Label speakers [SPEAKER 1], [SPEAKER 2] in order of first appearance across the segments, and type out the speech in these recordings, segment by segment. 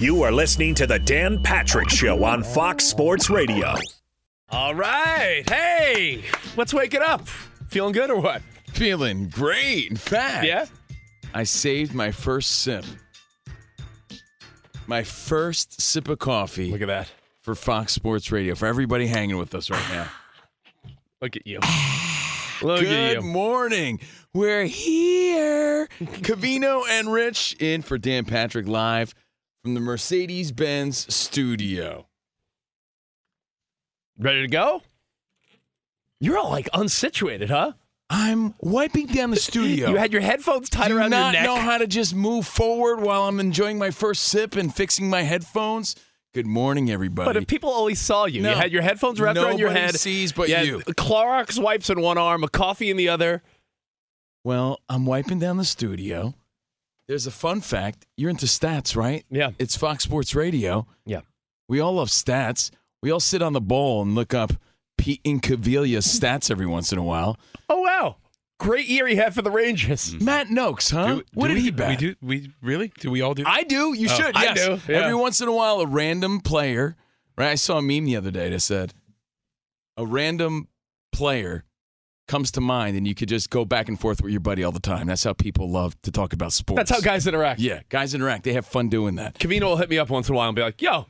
[SPEAKER 1] You are listening to the Dan Patrick Show on Fox Sports Radio.
[SPEAKER 2] All right. Hey, let's wake it up. Feeling good or what?
[SPEAKER 3] Feeling great. In fact,
[SPEAKER 2] Yeah?
[SPEAKER 3] I saved my first sip. My first sip of coffee
[SPEAKER 2] Look at that.
[SPEAKER 3] for Fox Sports Radio for everybody hanging with us right now.
[SPEAKER 2] Look at you. Look at
[SPEAKER 3] Good
[SPEAKER 2] you.
[SPEAKER 3] morning. We're here. Cavino and Rich in for Dan Patrick live from the Mercedes Benz studio.
[SPEAKER 2] Ready to go? You're all like unsituated, huh?
[SPEAKER 3] I'm wiping down the studio.
[SPEAKER 2] You had your headphones tied
[SPEAKER 3] Do
[SPEAKER 2] around
[SPEAKER 3] not
[SPEAKER 2] your neck.
[SPEAKER 3] know how to just move forward while I'm enjoying my first sip and fixing my headphones. Good morning, everybody.
[SPEAKER 2] but if people only saw you,
[SPEAKER 3] No.
[SPEAKER 2] you had your headphones wrapped around your
[SPEAKER 3] Nobody
[SPEAKER 2] head.
[SPEAKER 3] sees but
[SPEAKER 2] yeah,
[SPEAKER 3] you.
[SPEAKER 2] Clorox wipes in one arm, a coffee in the other.
[SPEAKER 3] well, I'm wiping down the studio. There's a fun fact. You're into stats, right?
[SPEAKER 2] Yeah.
[SPEAKER 3] It's Fox Sports Radio.
[SPEAKER 2] Yeah.
[SPEAKER 3] We all love stats. We all sit on the ball and look up Pete Incavilla's stats every once in a while.
[SPEAKER 2] Oh wow. Great year he had for the Rangers.
[SPEAKER 3] Matt Noakes, huh?
[SPEAKER 4] Do-
[SPEAKER 3] what
[SPEAKER 4] do
[SPEAKER 3] did
[SPEAKER 4] we,
[SPEAKER 3] he bet?
[SPEAKER 4] We do. We really? Do we all do?
[SPEAKER 3] I do. You
[SPEAKER 4] Oh,
[SPEAKER 3] should.
[SPEAKER 2] I
[SPEAKER 3] yes.
[SPEAKER 2] do, yeah.
[SPEAKER 3] Every once in a while, a random player. Right. I saw a meme the other day that said, "A random player comes to mind, and you could just go back and forth with your buddy all the time." That's how people love to talk about sports.
[SPEAKER 2] That's how guys interact.
[SPEAKER 3] Yeah, guys interact. They have fun doing that.
[SPEAKER 2] Cavino will hit me up once in a while and be like, yo,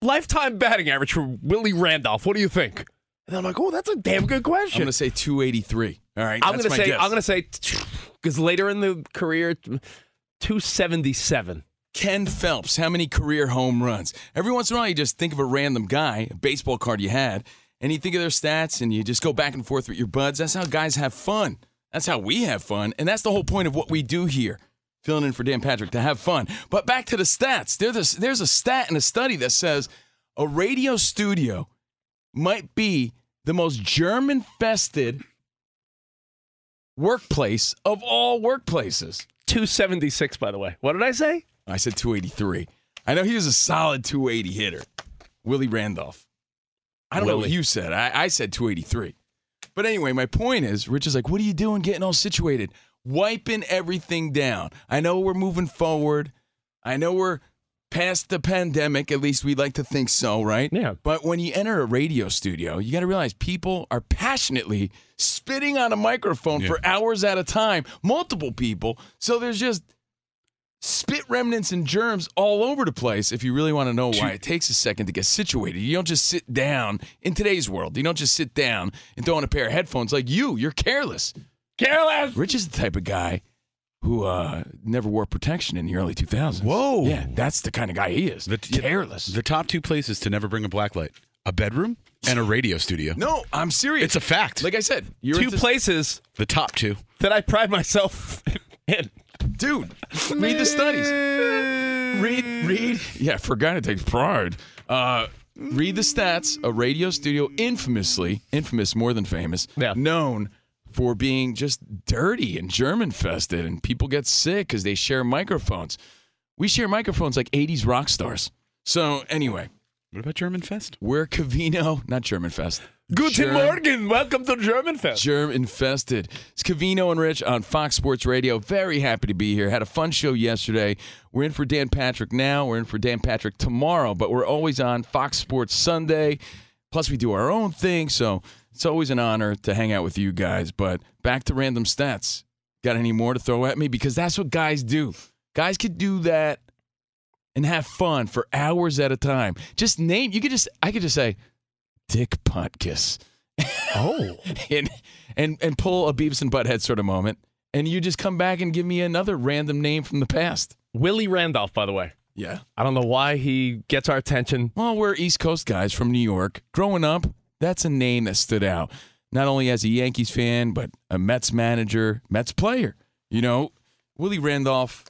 [SPEAKER 2] lifetime batting average for Willie Randolph. What do you think? And I'm like, oh, that's a damn good
[SPEAKER 3] I'm
[SPEAKER 2] question.
[SPEAKER 3] gonna say 283. All right.
[SPEAKER 2] I'm
[SPEAKER 3] that's
[SPEAKER 2] gonna
[SPEAKER 3] my
[SPEAKER 2] say
[SPEAKER 3] guess.
[SPEAKER 2] I'm gonna say because later in the career, 277.
[SPEAKER 3] Ken Phelps, how many career home runs? Every once in a while, you just think of a random guy, a baseball card you had, and you think of their stats and you just go back and forth with your buds. That's how guys have fun. That's how we have fun. And that's the whole point of what we do here, filling in for Dan Patrick, to have fun. But back to the stats. There's a, there's a stat in a study that says a radio studio might be the most germ infested workplace of all workplaces.
[SPEAKER 2] 276, by the way. What did I say?
[SPEAKER 3] I said 283. I know he was a solid 280 hitter. Willie Randolph. I don't know what
[SPEAKER 2] Willie.
[SPEAKER 3] you said. I, I said 283. But anyway, my point is, Rich is like, what are you doing getting all situated? Wiping everything down. I know we're moving forward. I know we're past the pandemic, at least we like to think so, right?
[SPEAKER 2] Yeah.
[SPEAKER 3] But when you enter a radio studio, you got to realize people are passionately spitting on a microphone
[SPEAKER 4] Yeah.
[SPEAKER 3] for hours at a time, multiple people. So there's just spit remnants and germs all over the place if you really want to know why it takes a second to get situated you don't just sit down in today's world you don't just sit down and throw on a pair of headphones like you you're careless
[SPEAKER 2] Careless.
[SPEAKER 3] rich is the type of guy who uh, never wore protection in the early 2000s
[SPEAKER 4] Whoa.
[SPEAKER 3] yeah that's the kind of guy he is
[SPEAKER 4] The-
[SPEAKER 3] careless
[SPEAKER 4] The top two places to never bring a black light: a bedroom and a radio studio.
[SPEAKER 3] no i'm serious
[SPEAKER 4] It's a fact.
[SPEAKER 3] like i said you're
[SPEAKER 2] Two
[SPEAKER 3] into-
[SPEAKER 2] places
[SPEAKER 4] The top two.
[SPEAKER 2] that I pride myself in.
[SPEAKER 3] Dude, read the studies. Read, read. Yeah, I forgot to take pride. Uh, read the stats. A radio studio infamously, infamous more than famous,
[SPEAKER 2] Yeah.
[SPEAKER 3] known for being just dirty and germ infested, and people get sick because they share microphones. We share microphones like 80s rock stars. So, anyway,
[SPEAKER 4] What about German Fest?
[SPEAKER 3] we're Cavino, not Germanfest.
[SPEAKER 2] Guten
[SPEAKER 3] Germ-
[SPEAKER 2] Morgen. Welcome to German Fest.
[SPEAKER 3] Germ infested. It's Cavino and Rich on Fox Sports Radio. Very happy to be here. Had a fun show yesterday. We're in for Dan Patrick now. We're in for Dan Patrick tomorrow, but we're always on Fox Sports Sunday. Plus, we do our own thing. So it's always an honor to hang out with you guys. But back to random stats. Got any more to throw at me? Because that's what guys do. Guys could do that and have fun for hours at a time. Just name, you could just, I could just say, Dick Punt Kiss
[SPEAKER 2] Oh.
[SPEAKER 3] and and and pull a Beavis and Butthead sort of moment, and you just come back and give me another random name from the past.
[SPEAKER 2] Willie Randolph, by the way.
[SPEAKER 3] Yeah.
[SPEAKER 2] I don't know why he gets our attention.
[SPEAKER 3] Well, we're East Coast guys from New York. Growing up, that's a name that stood out. Not only as a Yankees fan, but a Mets manager, Mets player. You know, Willie Randolph,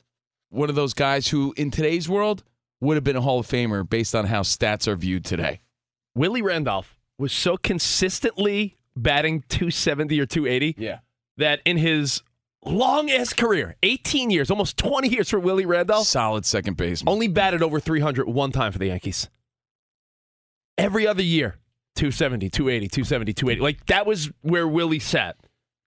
[SPEAKER 3] one of those guys who in today's world would have been a Hall of Famer based on how stats are viewed today.
[SPEAKER 2] Willie Randolph was so consistently batting 270 or 280
[SPEAKER 3] Yeah.
[SPEAKER 2] that in his long ass career, 18 years, almost 20 years for Willie Randolph,
[SPEAKER 3] Solid second baseman.
[SPEAKER 2] only batted over 300 one time for the Yankees. Every other year, 270, 280, 270, 280. Like that was where Willie sat.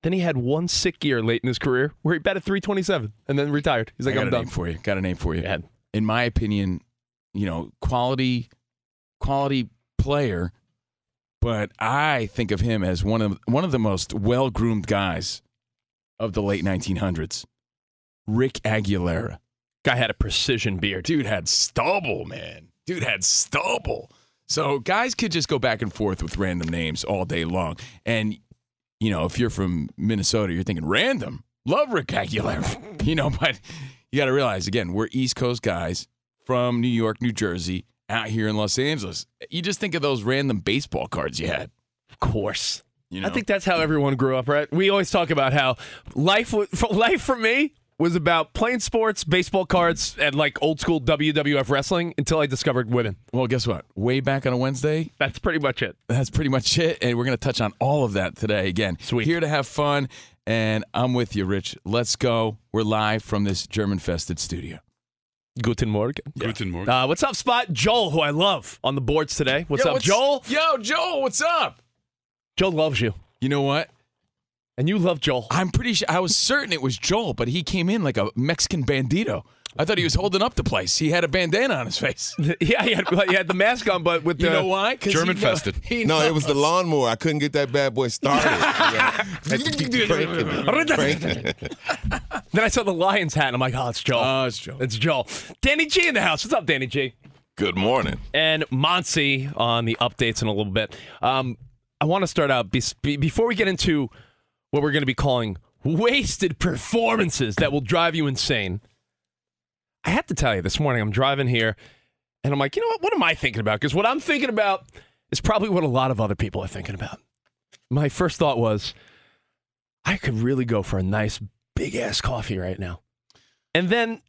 [SPEAKER 2] Then he had one sick year late in his career where he batted 327 and then retired. He's like,
[SPEAKER 3] I got
[SPEAKER 2] I'm
[SPEAKER 3] a
[SPEAKER 2] done.
[SPEAKER 3] name for you. Got a name for you.
[SPEAKER 2] Go ahead.
[SPEAKER 3] In my opinion, you know, quality, quality player, but I think of him as one of one of the most well groomed guys of the late 1900s. Rick Aguilera,
[SPEAKER 2] Guy had a precision beard.
[SPEAKER 3] dude had stubble, man. Dude had stubble. So guys could just go back and forth with random names all day long. And you know, if you're from Minnesota, you're thinking random. Love Rick Aguilera. you know, but you got to realize again, we're East Coast guys from New York, New Jersey, out here in Los Angeles. You just think of those random baseball cards you had.
[SPEAKER 2] Of course.
[SPEAKER 3] You know,
[SPEAKER 2] I think that's how everyone grew up, right? We always talk about how life wa- for, life for me was about playing sports, baseball cards, and like old school WWF wrestling until I discovered women.
[SPEAKER 3] Well, guess what? Way back on a Wednesday,
[SPEAKER 2] That's pretty much it.
[SPEAKER 3] that's pretty much it. And we're going to touch on all of that today again.
[SPEAKER 2] Sweet.
[SPEAKER 3] Here to have fun. And I'm with you, Rich. Let's go. We're live from this German fested studio.
[SPEAKER 2] Guten Morgen.
[SPEAKER 4] Guten Morgen.
[SPEAKER 2] Uh, what's up, Spot? Joel, who I love on the boards today. What's
[SPEAKER 3] Yo,
[SPEAKER 2] up, Joel?
[SPEAKER 3] Yo, Joel, what's up?
[SPEAKER 2] Joel loves you.
[SPEAKER 3] You know what?
[SPEAKER 2] And you love Joel.
[SPEAKER 3] I'm pretty sure I was certain it was Joel, but he came in like a Mexican bandito. I thought he was holding up the place. He had a bandana on his face.
[SPEAKER 2] yeah, he had, he had the mask on, but with the.
[SPEAKER 3] You know why? 'Cause he
[SPEAKER 4] German
[SPEAKER 3] kno-
[SPEAKER 4] fested.
[SPEAKER 3] he
[SPEAKER 5] No,
[SPEAKER 3] kno-
[SPEAKER 5] it was the lawnmower. I couldn't get that bad boy started. You know, had to keep cranking it, cranking it.
[SPEAKER 2] Then I saw the Lions hat, and I'm like, oh, it's Joel.
[SPEAKER 3] Oh, it's Joel.
[SPEAKER 2] It's Joel. Danny G in the house. What's up, Danny G?
[SPEAKER 5] Good morning.
[SPEAKER 2] and Monty on the updates in a little bit. Um, I want to start out bes- be- before we get into what we're going to be calling wasted performances that will drive you insane. I have to tell you, this morning I'm driving here and I'm like, you know what? What am I thinking about? Because what I'm thinking about is probably what a lot of other people are thinking about. My first thought was, I could really go for a nice big ass coffee right now. And then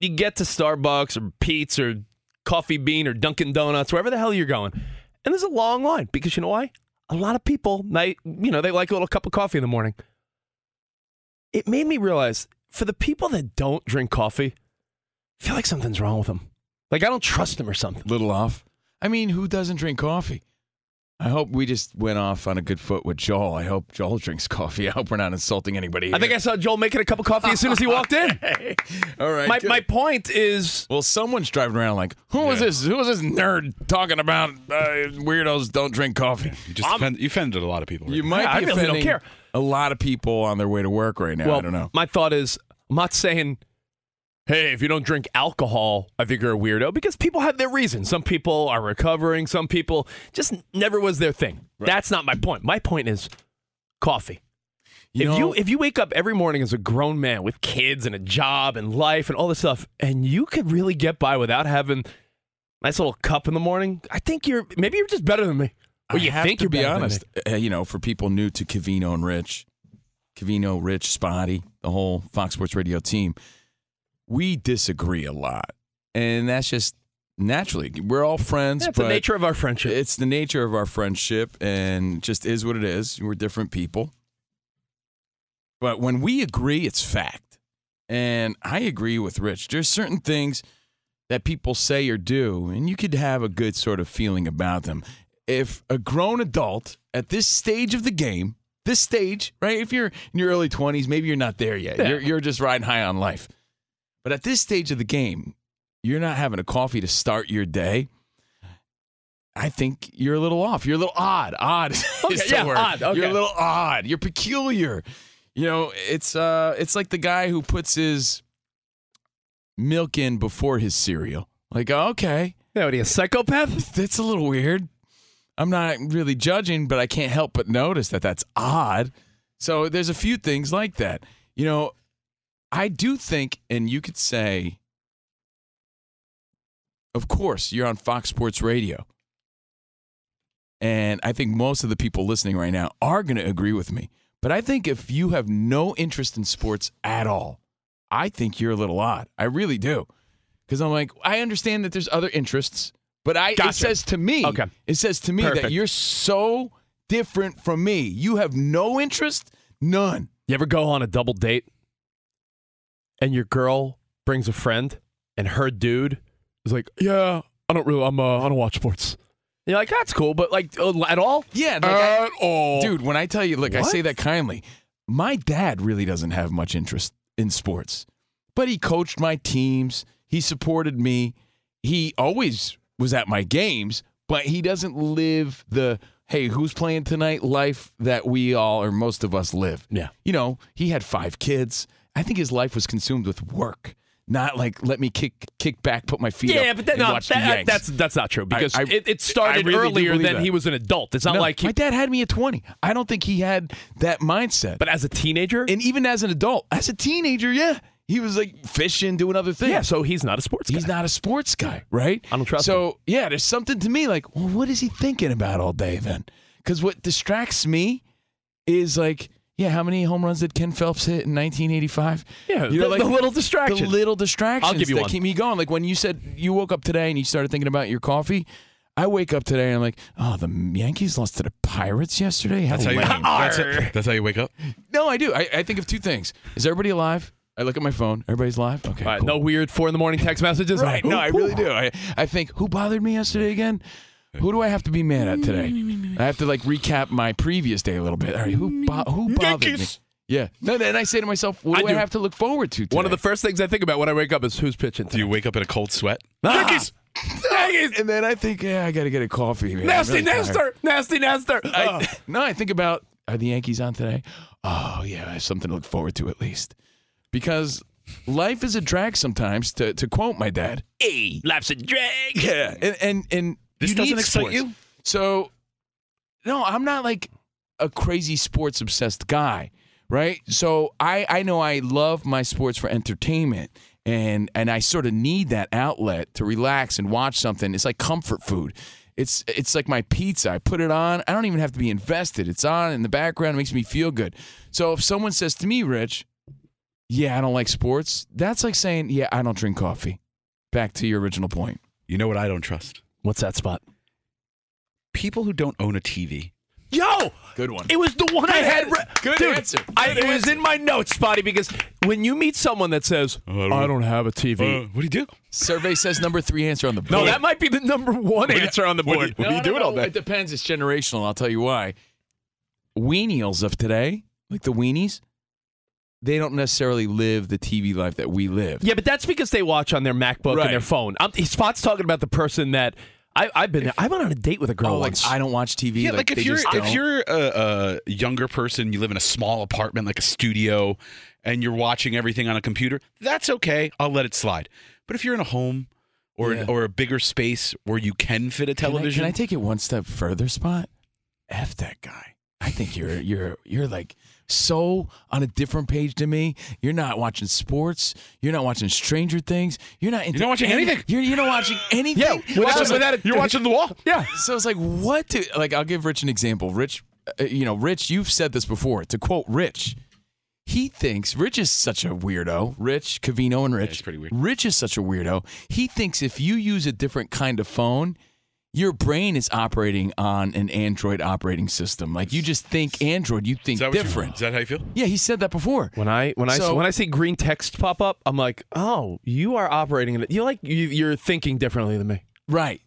[SPEAKER 2] you get to Starbucks or Pete's or Coffee Bean or Dunkin' Donuts, wherever the hell you're going. And there's a long line because you know why? A lot of people, they, you know, they like a little cup of coffee in the morning. It made me realize for the people that don't drink coffee, I feel like something's wrong with them. Like I don't trust them or something.
[SPEAKER 3] little off. I mean, who doesn't drink coffee? I hope we just went off on a good foot with Joel. I hope Joel drinks coffee. I hope we're not insulting anybody.
[SPEAKER 2] I think I saw Joel making a cup of coffee as soon as he walked in.
[SPEAKER 3] I. All right.
[SPEAKER 2] My,
[SPEAKER 3] good.
[SPEAKER 2] my point is,
[SPEAKER 3] well, someone's driving around like, who is
[SPEAKER 4] Yeah.
[SPEAKER 3] this? Who is this nerd talking about uh, weirdos don't drink coffee?
[SPEAKER 4] You just offend, you offended a lot of people. right
[SPEAKER 3] You
[SPEAKER 4] now.
[SPEAKER 3] might
[SPEAKER 2] Yeah, I
[SPEAKER 3] be
[SPEAKER 2] really don't
[SPEAKER 3] offending
[SPEAKER 2] care.
[SPEAKER 3] a lot of people on their way to work right now. I don't know.
[SPEAKER 2] My thought is, I'm not saying, hey, if you don't drink alcohol, I think you're a weirdo because people have their reasons. Some people are recovering, some people just never was their thing. That's not my point. My point is coffee. if
[SPEAKER 3] know-
[SPEAKER 2] you if you wake up every morning as a grown man with kids and a job and life and all this stuff, and you could really get by without having a nice little cup in the morning, I think you're maybe you're just better than me.
[SPEAKER 3] I
[SPEAKER 2] Or you
[SPEAKER 3] have
[SPEAKER 2] think
[SPEAKER 3] to
[SPEAKER 2] you're
[SPEAKER 3] be
[SPEAKER 2] better than me.
[SPEAKER 3] honest. Uh, you know, for people new to Cavino and Rich, Cavino, Rich, Spotty, the whole Fox Sports Radio team, we disagree a lot. And that's just naturally. We're all friends.
[SPEAKER 2] That's the
[SPEAKER 3] but
[SPEAKER 2] nature of our friendship.
[SPEAKER 3] It's the nature of our friendship and just is what it is. We're different people. But when we agree, it's fact. And I agree with Rich. There's certain things that people say or do, and you could have a good sort of feeling about them. If a grown adult at this stage of the game, this stage, right? If you're in your early 20s, maybe you're not there yet. You're, you're just riding high on life. But at this stage of the game, you're not having a coffee to start your day. I think you're a little off. You're a little odd. Odd. is
[SPEAKER 2] Okay,
[SPEAKER 3] the
[SPEAKER 2] yeah,
[SPEAKER 3] word.
[SPEAKER 2] odd, okay.
[SPEAKER 3] You're a little odd. You're peculiar. You know, it's uh it's like the guy who puts his milk in before his cereal. Like, oh, okay,
[SPEAKER 2] Yeah, what are you, a psychopath?
[SPEAKER 3] that's a little weird. I'm not really judging, but I can't help but notice that that's odd. So there's a few things like that. You know, I do think, and you could say, of course, you're on Fox Sports Radio. And I think most of the people listening right now are going to agree with me. But I think if you have no interest in sports at all, I think you're a little odd. I really do. Because I'm like, I understand that there's other interests, but I
[SPEAKER 2] Gotcha.
[SPEAKER 3] it says to me,
[SPEAKER 2] Okay.
[SPEAKER 3] it says to me that
[SPEAKER 2] Perfect.
[SPEAKER 3] you're so different from me. You have no interest, none.
[SPEAKER 2] You ever go on a double date and your girl brings a friend and her dude is like, "Yeah, I don't really, I'm, uh, I don't watch sports." And you're like, "That's cool," but like uh, at all?
[SPEAKER 3] Yeah, like I-
[SPEAKER 2] at all,
[SPEAKER 3] Dude, when I tell you, look, I say
[SPEAKER 2] What?
[SPEAKER 3] that kindly. My dad really doesn't have much interest in sports, but he coached my teams. He supported me. He always was at my games, but he doesn't live the, hey, who's playing tonight life that we all or most of us live.
[SPEAKER 2] Yeah.
[SPEAKER 3] You know, he had five kids. I think his life was consumed with work, not like let me kick kick back, put my feet up.
[SPEAKER 2] Yeah, but that,
[SPEAKER 3] and
[SPEAKER 2] no,
[SPEAKER 3] watch the
[SPEAKER 2] that, uh,
[SPEAKER 3] Yanks.
[SPEAKER 2] that's that's not true
[SPEAKER 3] I-
[SPEAKER 2] because
[SPEAKER 3] I-
[SPEAKER 2] it,
[SPEAKER 3] I
[SPEAKER 2] it started
[SPEAKER 3] really do
[SPEAKER 2] earlier
[SPEAKER 3] believe
[SPEAKER 2] than
[SPEAKER 3] that.
[SPEAKER 2] he was an adult. It's not
[SPEAKER 3] No,
[SPEAKER 2] like, he,
[SPEAKER 3] my dad had me at 20. I don't think he had that mindset.
[SPEAKER 2] but as a teenager,
[SPEAKER 3] and even as an adult, as a teenager, yeah, he was like fishing, doing other things.
[SPEAKER 2] yeah. So he's not a sports.
[SPEAKER 3] he's
[SPEAKER 2] guy.
[SPEAKER 3] not a sports guy, right?
[SPEAKER 2] I don't trust
[SPEAKER 3] So yeah, there's something to me like, well, what is he thinking about all day then? Because what distracts me is like, yeah, how many home runs did Ken Phelps hit in 1985?
[SPEAKER 2] Yeah,
[SPEAKER 3] You know,
[SPEAKER 2] the- the little distraction.
[SPEAKER 3] The little distractions
[SPEAKER 2] I'll give you
[SPEAKER 3] that
[SPEAKER 2] one.
[SPEAKER 3] keep me going. Like when you said you woke up today and you started thinking about your coffee. I wake up today and I'm like, oh, the Yankees lost to the Pirates yesterday. How
[SPEAKER 4] That's how you.
[SPEAKER 3] lame.
[SPEAKER 4] That's, it. that's how you wake up.
[SPEAKER 3] No, I do. I, I think of two things. Is everybody alive? I look at my phone. Everybody's alive. Okay.
[SPEAKER 2] All right,
[SPEAKER 3] cool.
[SPEAKER 2] No weird four in the morning text messages.
[SPEAKER 3] Right. No, I really do. I, I think who bothered me yesterday again? Who do I have to be mad at today? I have to like recap my previous day a little bit. All right. Who bo- who bothered
[SPEAKER 2] Yankees.
[SPEAKER 3] me? Yeah. No. Then I say to myself, what
[SPEAKER 2] I
[SPEAKER 3] do I,
[SPEAKER 2] do.
[SPEAKER 3] have to look forward to? Today?
[SPEAKER 2] One of the first things I think about when I wake up is who's pitching. Ah!
[SPEAKER 4] Do you wake up in a cold sweat?
[SPEAKER 2] Yankees.
[SPEAKER 3] Yankees. And then I think, yeah, I got to get a coffee. man. I'm
[SPEAKER 2] Nasty
[SPEAKER 3] really tired.
[SPEAKER 2] Nestor. Nasty Nestor.
[SPEAKER 3] I-
[SPEAKER 2] Ugh.
[SPEAKER 3] Uh, no, I think about are the Yankees on today? Oh yeah, I have something to look forward to at least. Because life is a drag sometimes, to, to quote my dad. Hey, life's a drag. Yeah. And and, and
[SPEAKER 4] This
[SPEAKER 3] you
[SPEAKER 4] doesn't
[SPEAKER 3] need
[SPEAKER 4] excite
[SPEAKER 3] sports.
[SPEAKER 4] you?
[SPEAKER 3] So no, I'm not like a crazy sports obsessed guy, right? So I I know I love my sports for entertainment and and I sort of need that outlet to relax and watch something. It's like comfort food. It's it's like my pizza. I put it on. I don't even have to be invested. It's on in the background. It makes me feel good. So if someone says to me, Rich, yeah, I don't like sports, that's like saying, yeah, I don't drink coffee. Back to your original point.
[SPEAKER 4] You know what I don't trust?
[SPEAKER 2] What's that spot?
[SPEAKER 4] People who don't own a TV.
[SPEAKER 2] Yo,
[SPEAKER 3] Good one.
[SPEAKER 2] It was the one I
[SPEAKER 3] Good
[SPEAKER 2] had.
[SPEAKER 3] answer. Good
[SPEAKER 2] Dude,
[SPEAKER 3] answer.
[SPEAKER 2] I,
[SPEAKER 3] Good
[SPEAKER 2] it was in my notes, Spotty, because when you meet someone that says,
[SPEAKER 4] I don't-
[SPEAKER 2] "I don't have a
[SPEAKER 4] Uh,
[SPEAKER 2] TV,"
[SPEAKER 4] what do you do?
[SPEAKER 3] Survey says number three answer on the board.
[SPEAKER 2] no, that might be the number one
[SPEAKER 4] do you-
[SPEAKER 2] answer on the
[SPEAKER 4] what do
[SPEAKER 2] board.
[SPEAKER 4] you- what do you
[SPEAKER 3] No, no, no, It depends. It's generational. I'll tell you why. Weenials of today, like the weenies, they don't necessarily live the TV life that we live.
[SPEAKER 2] Yeah, but that's because they watch on their MacBook
[SPEAKER 3] Right.
[SPEAKER 2] and their phone. I'm, Spot's talking about the person that I, I've been. I went on a date with a girl
[SPEAKER 3] Oh, like
[SPEAKER 2] once.
[SPEAKER 3] I don't watch TV.
[SPEAKER 4] Yeah, like,
[SPEAKER 3] they
[SPEAKER 4] if you're
[SPEAKER 3] just
[SPEAKER 4] if
[SPEAKER 3] don't.
[SPEAKER 4] you're a, a younger person, you live in a small apartment, like a studio, and you're watching everything on a computer. That's okay. I'll let it slide. But if you're in a home or
[SPEAKER 3] Yeah.
[SPEAKER 4] or a bigger space where you can fit a
[SPEAKER 3] Can I-
[SPEAKER 4] television,
[SPEAKER 3] Can I, take it one step further, Spot? F that guy. I think you're you're you're like so on a different page to me. You're not watching sports. You're not watching Stranger Things. You're not. Into
[SPEAKER 4] not watching
[SPEAKER 3] any-
[SPEAKER 4] anything.
[SPEAKER 3] You're, you're not watching anything.
[SPEAKER 2] Yeah, without-
[SPEAKER 3] So it's like-
[SPEAKER 2] without a-
[SPEAKER 4] you're watching the wall.
[SPEAKER 2] yeah,
[SPEAKER 3] So it's like, what do like? I'll give Rich an example. Rich, uh, you know, Rich, you've said this before. To quote Rich, He thinks Rich is such a weirdo. Rich Cavino and Rich.
[SPEAKER 4] it's pretty weird.
[SPEAKER 3] Rich is such a weirdo. He thinks if you use a different kind of phone, your brain is operating on an Android operating system. Like you just think Android, you think
[SPEAKER 4] Is that what you-
[SPEAKER 3] different.
[SPEAKER 4] is that how you feel?
[SPEAKER 3] yeah, he said that before.
[SPEAKER 2] When I when I
[SPEAKER 3] So-
[SPEAKER 2] when I see green text pop up, I'm like, oh, you are operating. it. You like you, you're thinking differently than me.
[SPEAKER 3] Right.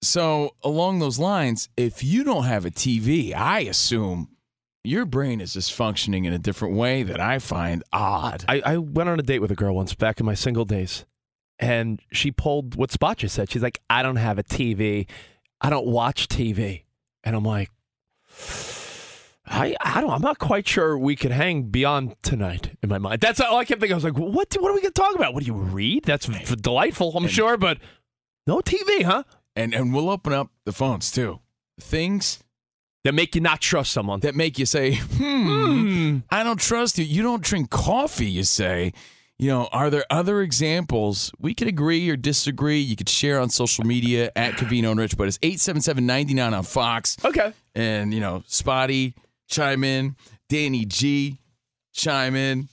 [SPEAKER 3] So, along those lines, if you don't have a TV, I assume your brain is just functioning in a different way that I find odd.
[SPEAKER 2] I, I went on a date with a girl once back in my single days, and she pulled what Spot just said. She's like, I don't have a TV. I don't watch TV. And I'm like, I, I don't, I'm not quite sure we could hang beyond tonight in my mind. That's all I kept thinking. I was like, what, do- what are we going to talk about? What do you read? That's f- delightful, I'm sure, but no TV, huh?
[SPEAKER 3] And and we'll open up the phones too. Things
[SPEAKER 2] That make you not trust someone.
[SPEAKER 3] that make you say, "Hmm, I don't trust you." You don't drink coffee, you say. You know, are there other examples? We could agree or disagree. You could share on social media at Cavino and Rich, but it's 877-99 on Fox.
[SPEAKER 2] Okay.
[SPEAKER 3] and you know Spotty chime in, Danny G chime in,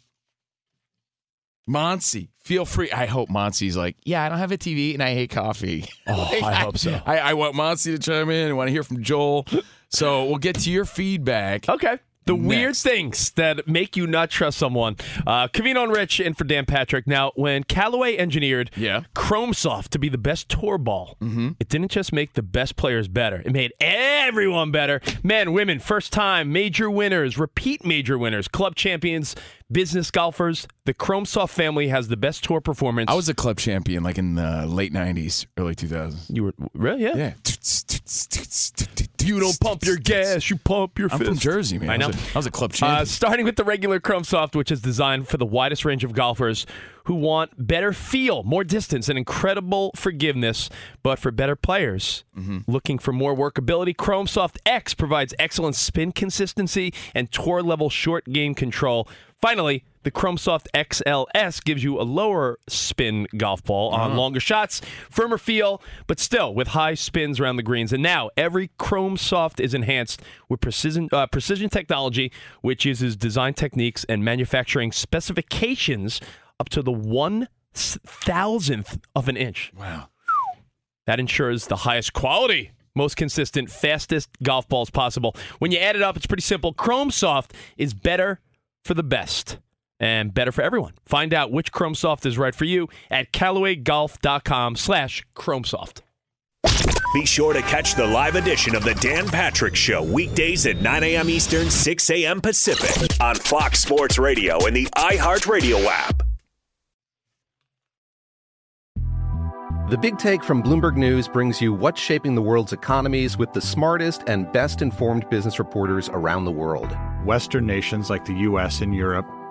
[SPEAKER 3] Monsey. Feel free. I hope Monsey's like, yeah, I don't have a TV and I hate coffee.
[SPEAKER 2] Oh, I hope so.
[SPEAKER 3] I, I want Monsey to chime in. I want to hear from Joel. So we'll get to your feedback.
[SPEAKER 2] Okay. The weird
[SPEAKER 3] Next.
[SPEAKER 2] things that make you not trust someone. Uh, Cavino and Rich in for Dan Patrick. Now, when Callaway engineered
[SPEAKER 3] Yeah. Mm-hmm.
[SPEAKER 2] Chromesoft to be the best tour ball, it didn't just make the best players better. It made everyone better. Men, women, first time, major winners, repeat major winners, club champions, business golfers. The Chromesoft family has the best tour performance.
[SPEAKER 3] I was a club champion like in the late 90s, early 2000s.
[SPEAKER 2] You were really? Yeah.
[SPEAKER 3] Yeah.
[SPEAKER 2] You don't pump your gas, you pump your
[SPEAKER 3] I'm
[SPEAKER 2] fist.
[SPEAKER 3] from Jersey, man.
[SPEAKER 2] I know.
[SPEAKER 3] was a, I was a club champion.
[SPEAKER 2] Uh, starting with the regular Chrome Soft, which is designed for the widest range of golfers who want better feel, more distance, and incredible forgiveness. But for better players
[SPEAKER 3] Mm-hmm.
[SPEAKER 2] looking for more workability, Chrome Soft X provides excellent spin consistency and tour level short game control. Finally, the Chrome Soft XLS gives you a lower spin golf ball on longer shots, firmer feel, but still with high spins around the greens. And now every Chrome Soft is enhanced with precision uh, precision technology, which uses design techniques and manufacturing specifications up to the one thousandth of an inch.
[SPEAKER 3] wow.
[SPEAKER 2] That ensures the highest quality, most consistent, fastest golf balls possible. When you add it up, it's pretty simple. Chrome Soft is better for the best and better for everyone. Find out which Chrome Soft is right for you at CallawayGolf.com slash Chromesoft.
[SPEAKER 1] Be sure to catch the live edition of The Dan Patrick Show weekdays at 9 a.m. Eastern, 6 a.m. Pacific on Fox Sports Radio and the iHeartRadio app.
[SPEAKER 6] The Big Take from Bloomberg News brings you what's shaping the world's economies with the smartest and best informed business reporters around the world.
[SPEAKER 7] Western nations like the US and Europe.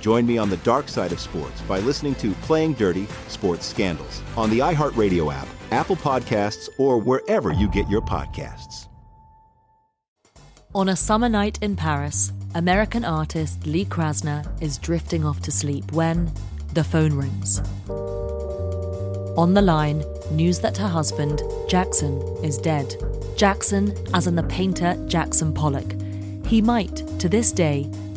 [SPEAKER 8] Join me on the dark side of sports by listening to Playing Dirty Sports Scandals on the iHeartRadio app, Apple Podcasts, or wherever you get your podcasts.
[SPEAKER 9] On a summer night in Paris, American artist Lee Krasner is drifting off to sleep when the phone rings. On the line, news that her husband, Jackson, is dead. Jackson, as in the painter Jackson Pollock. He might, to this day,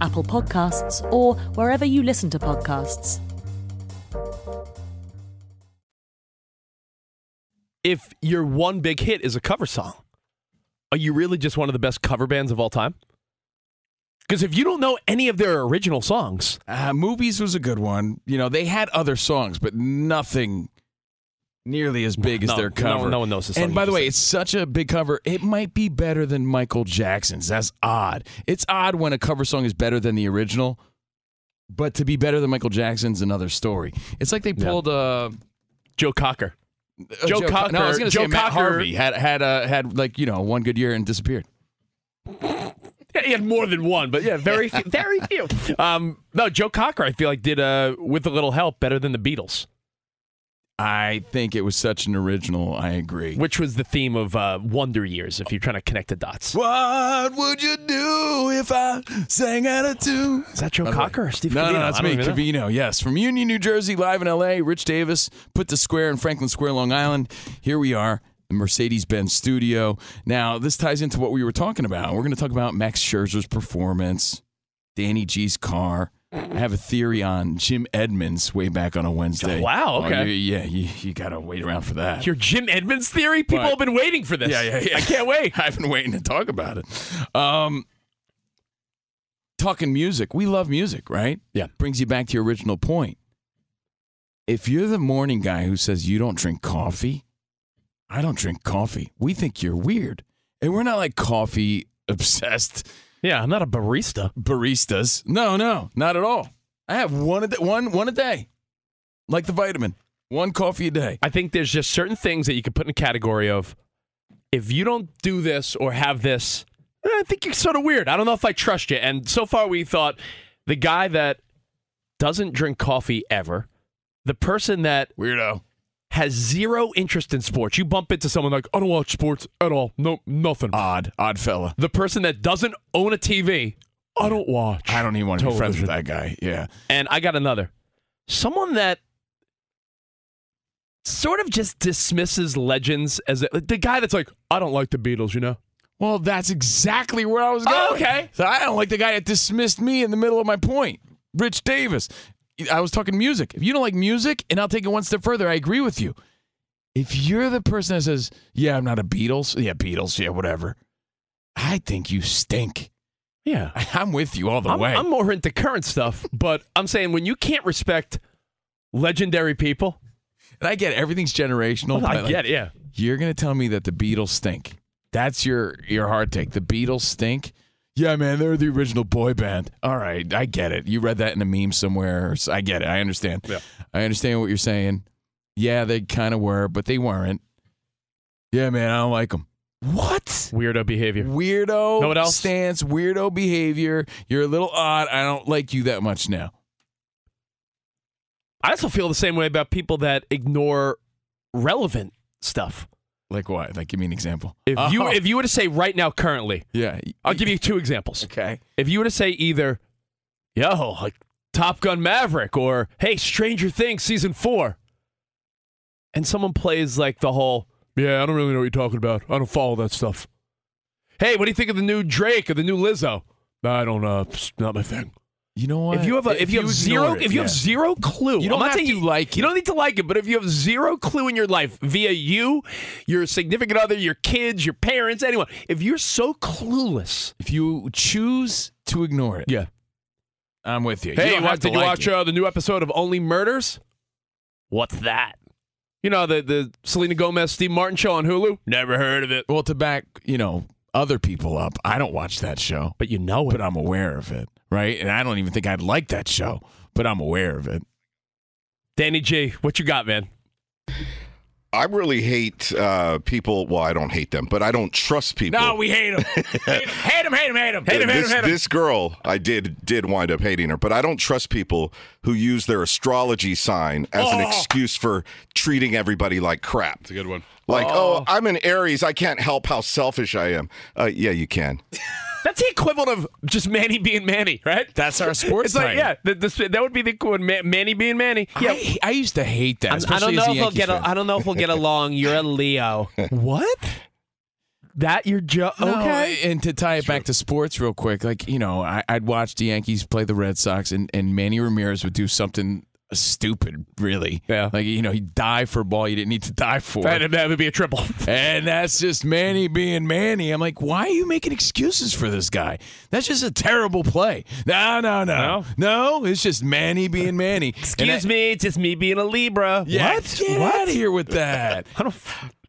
[SPEAKER 9] Apple Podcasts, or wherever you listen to podcasts.
[SPEAKER 2] If your one big hit is a cover song, are you really just one of the best cover bands of all time? Because if you don't know any of their original songs,
[SPEAKER 3] Uh, movies was a good one. You know, they had other songs, but nothing nearly as big as
[SPEAKER 2] No,
[SPEAKER 3] their
[SPEAKER 2] no-
[SPEAKER 3] cover.
[SPEAKER 2] no one knows the song
[SPEAKER 3] And
[SPEAKER 2] you
[SPEAKER 3] by the
[SPEAKER 2] just
[SPEAKER 3] way, it's such a big cover. It might be better than Michael Jackson's. That's odd. It's odd when a cover song is better than the original, but to be better than Michael Jackson's another story. It's like they pulled uh,
[SPEAKER 2] Joe Cocker. Joe Cocker-
[SPEAKER 3] No, I was going to say
[SPEAKER 2] Joe
[SPEAKER 3] Matt
[SPEAKER 2] Cocker-
[SPEAKER 3] Harvey had had uh, had like you know one good year and disappeared.
[SPEAKER 2] Yeah, he had more than one, but yeah, very few, very few. Um, no, Joe Cocker, I feel like did uh, with a little help better than the Beatles,
[SPEAKER 3] I think it was such an original. I agree.
[SPEAKER 2] which was the theme of uh, Wonder Years. If you're trying to connect the dots,
[SPEAKER 3] What would you do if I sang out of tune?
[SPEAKER 2] Is that Joe Cocker or Steve
[SPEAKER 3] No, no,
[SPEAKER 2] Covino?
[SPEAKER 3] no, that's
[SPEAKER 2] I don't
[SPEAKER 3] me,
[SPEAKER 2] even know.
[SPEAKER 3] Covino. Yes, from Union, New Jersey, live in L.A. Rich Davis put the square in Franklin Square, Long Island. Here we are, the Mercedes-Benz studio. Now, this ties into what we were talking about. We're going to talk about Max Scherzer's performance, Danny G's car. I have a theory on Jim Edmonds way back on a Wednesday.
[SPEAKER 2] Wow,
[SPEAKER 3] Oh,
[SPEAKER 2] okay.
[SPEAKER 3] you- yeah, you, you got to wait around for that.
[SPEAKER 2] your Jim Edmonds theory. People
[SPEAKER 3] Uh, But-
[SPEAKER 2] have been waiting for this.
[SPEAKER 3] Yeah, yeah, yeah.
[SPEAKER 2] I can't wait.
[SPEAKER 3] I've been waiting to talk about it. Um, talking music, we love music, right?
[SPEAKER 2] Yeah.
[SPEAKER 3] Brings you back to your original point. If you're the morning guy who says you don't drink coffee, I don't drink coffee. We think you're weird, and we're not like coffee obsessed
[SPEAKER 2] Yeah, I'm not a barista.
[SPEAKER 3] baristas. No, no, not at all. I have one a day, one one a day, like the vitamin, one coffee a day.
[SPEAKER 2] I think there's just certain things that you can put in a category of if you don't do this or have this, eh, I think you're sort of weird. I don't know if I trust you. And so far, we thought the guy that doesn't drink coffee ever, the person that
[SPEAKER 3] Weirdo.
[SPEAKER 2] has zero interest in sports, you bump into someone like, I don't watch sports at all. No, nothing.
[SPEAKER 3] Odd, odd fella.
[SPEAKER 2] the person that doesn't own a TV, I don't watch.
[SPEAKER 3] I don't even want to be friends
[SPEAKER 2] Television.
[SPEAKER 3] with that guy. Yeah.
[SPEAKER 2] And I got another. Someone that sort of just dismisses legends as a, the guy that's like, I don't like the Beatles, you know?
[SPEAKER 3] Well, that's exactly where I was going.
[SPEAKER 2] Oh, okay.
[SPEAKER 3] So I don't like the guy that dismissed me in the middle of my point, Rich Davis. I was talking music. If you don't like music, and I'll take it one step further, I agree with you. If you're the person that says, "Yeah, I'm not a Beatles," yeah, Beatles, yeah, whatever, I think you stink.
[SPEAKER 2] Yeah.
[SPEAKER 3] I'm with you all the
[SPEAKER 2] I'm,
[SPEAKER 3] way.
[SPEAKER 2] I'm more into current stuff, but I'm saying when you can't respect legendary people, Oh,
[SPEAKER 3] and I get everything's generational.
[SPEAKER 2] I
[SPEAKER 3] but, like,
[SPEAKER 2] get it, yeah.
[SPEAKER 3] You're gonna tell me that the Beatles stink. That's your your hard take. The Beatles stink. Yeah, man, they're the original boy band. All right, I get it. You read that in a meme somewhere. So I get it. I understand.
[SPEAKER 2] Yeah.
[SPEAKER 3] I understand what you're saying. Yeah, they kind of were, but they weren't. Yeah, man, I don't like them. What?
[SPEAKER 2] Weirdo behavior.
[SPEAKER 3] Weirdo
[SPEAKER 2] Know what else?
[SPEAKER 3] stance, weirdo behavior. You're a little odd. I don't like you that much now.
[SPEAKER 2] I also feel the same way about people that ignore relevant stuff.
[SPEAKER 3] Like what? Like give me an example.
[SPEAKER 2] If you
[SPEAKER 3] Oh.
[SPEAKER 2] if you were to say right now currently,
[SPEAKER 3] yeah,
[SPEAKER 2] I'll give you two examples.
[SPEAKER 3] Okay.
[SPEAKER 2] If you were to say either, yo, like Top Gun Maverick, or hey, Stranger Things season four, and someone plays like the whole, yeah, I don't really know what you're talking about. I don't follow that stuff. Hey, what do you think of the new Drake or the new Lizzo? I don't know. It's not my thing.
[SPEAKER 3] You know what?
[SPEAKER 2] If you have a, if, you have zero
[SPEAKER 3] ignore it,
[SPEAKER 2] if you have
[SPEAKER 3] yeah.
[SPEAKER 2] zero clue,
[SPEAKER 3] You don't
[SPEAKER 2] I'm not
[SPEAKER 3] have
[SPEAKER 2] saying
[SPEAKER 3] to like
[SPEAKER 2] You don't need to like it, but if you have zero clue in your life via you, your significant other, your kids, your parents, anyone, if you're so clueless,
[SPEAKER 3] if you choose to ignore it,
[SPEAKER 2] yeah,
[SPEAKER 3] I'm with you.
[SPEAKER 2] Hey,
[SPEAKER 3] you don't
[SPEAKER 2] what-
[SPEAKER 3] have to
[SPEAKER 2] did you
[SPEAKER 3] like
[SPEAKER 2] watch
[SPEAKER 3] it.
[SPEAKER 2] uh, the new episode of Only Murders? What's that? You know the the Selena Gomez, Steve Martin show on Hulu. Never heard of it.
[SPEAKER 3] Well, to back you know other people up, I don't watch that show,
[SPEAKER 2] but you know it.
[SPEAKER 3] But I'm aware of it, right? And I don't even think I'd like that show, but I'm aware of it.
[SPEAKER 2] Danny G, what you got, man?
[SPEAKER 5] I really hate uh, people. Well, I don't hate them, but I don't trust people.
[SPEAKER 3] No, we hate him. hate him, hate him, hate him, hate him, hate
[SPEAKER 5] this,
[SPEAKER 3] him, hate him.
[SPEAKER 5] this girl, I did did wind up hating her, but I don't trust people who use their astrology sign as an
[SPEAKER 4] Oh.
[SPEAKER 5] excuse for treating everybody like crap. It's a
[SPEAKER 4] good one.
[SPEAKER 5] Like, oh, I'm an Aries. I can't help how selfish I am. Uh, yeah, you can.
[SPEAKER 2] That's the equivalent of just Manny being Manny, right?
[SPEAKER 3] That's our sports
[SPEAKER 2] It's
[SPEAKER 3] title.
[SPEAKER 2] like yeah, the, the, that would be the equivalent Ma- Manny being Manny. Yeah,
[SPEAKER 3] I, I used to hate that.
[SPEAKER 2] I'm- I don't
[SPEAKER 3] especially as
[SPEAKER 2] know
[SPEAKER 3] a
[SPEAKER 2] if we'll
[SPEAKER 3] Yankees
[SPEAKER 2] get.
[SPEAKER 3] fan.
[SPEAKER 2] A, I don't know if we'll get along. You're a Leo. what? That your joke?
[SPEAKER 3] No,
[SPEAKER 2] okay.
[SPEAKER 3] and to tie it back to sports real quick, like, you know, I, I'd watch the Yankees play the Red Sox and, and Manny Ramirez would do something stupid, really. Yeah. Like, you know, he'd die for a ball you didn't need to die for.
[SPEAKER 2] That, that would be a triple.
[SPEAKER 3] And that's just Manny being Manny. I'm like, why are you making excuses for this guy? That's just a terrible play. No, no, no. No, it's just Manny being Manny.
[SPEAKER 2] Excuse me, it's just me being a Libra.
[SPEAKER 3] Yeah,
[SPEAKER 2] what?
[SPEAKER 3] Get
[SPEAKER 2] what?
[SPEAKER 3] out of here with that. I don't.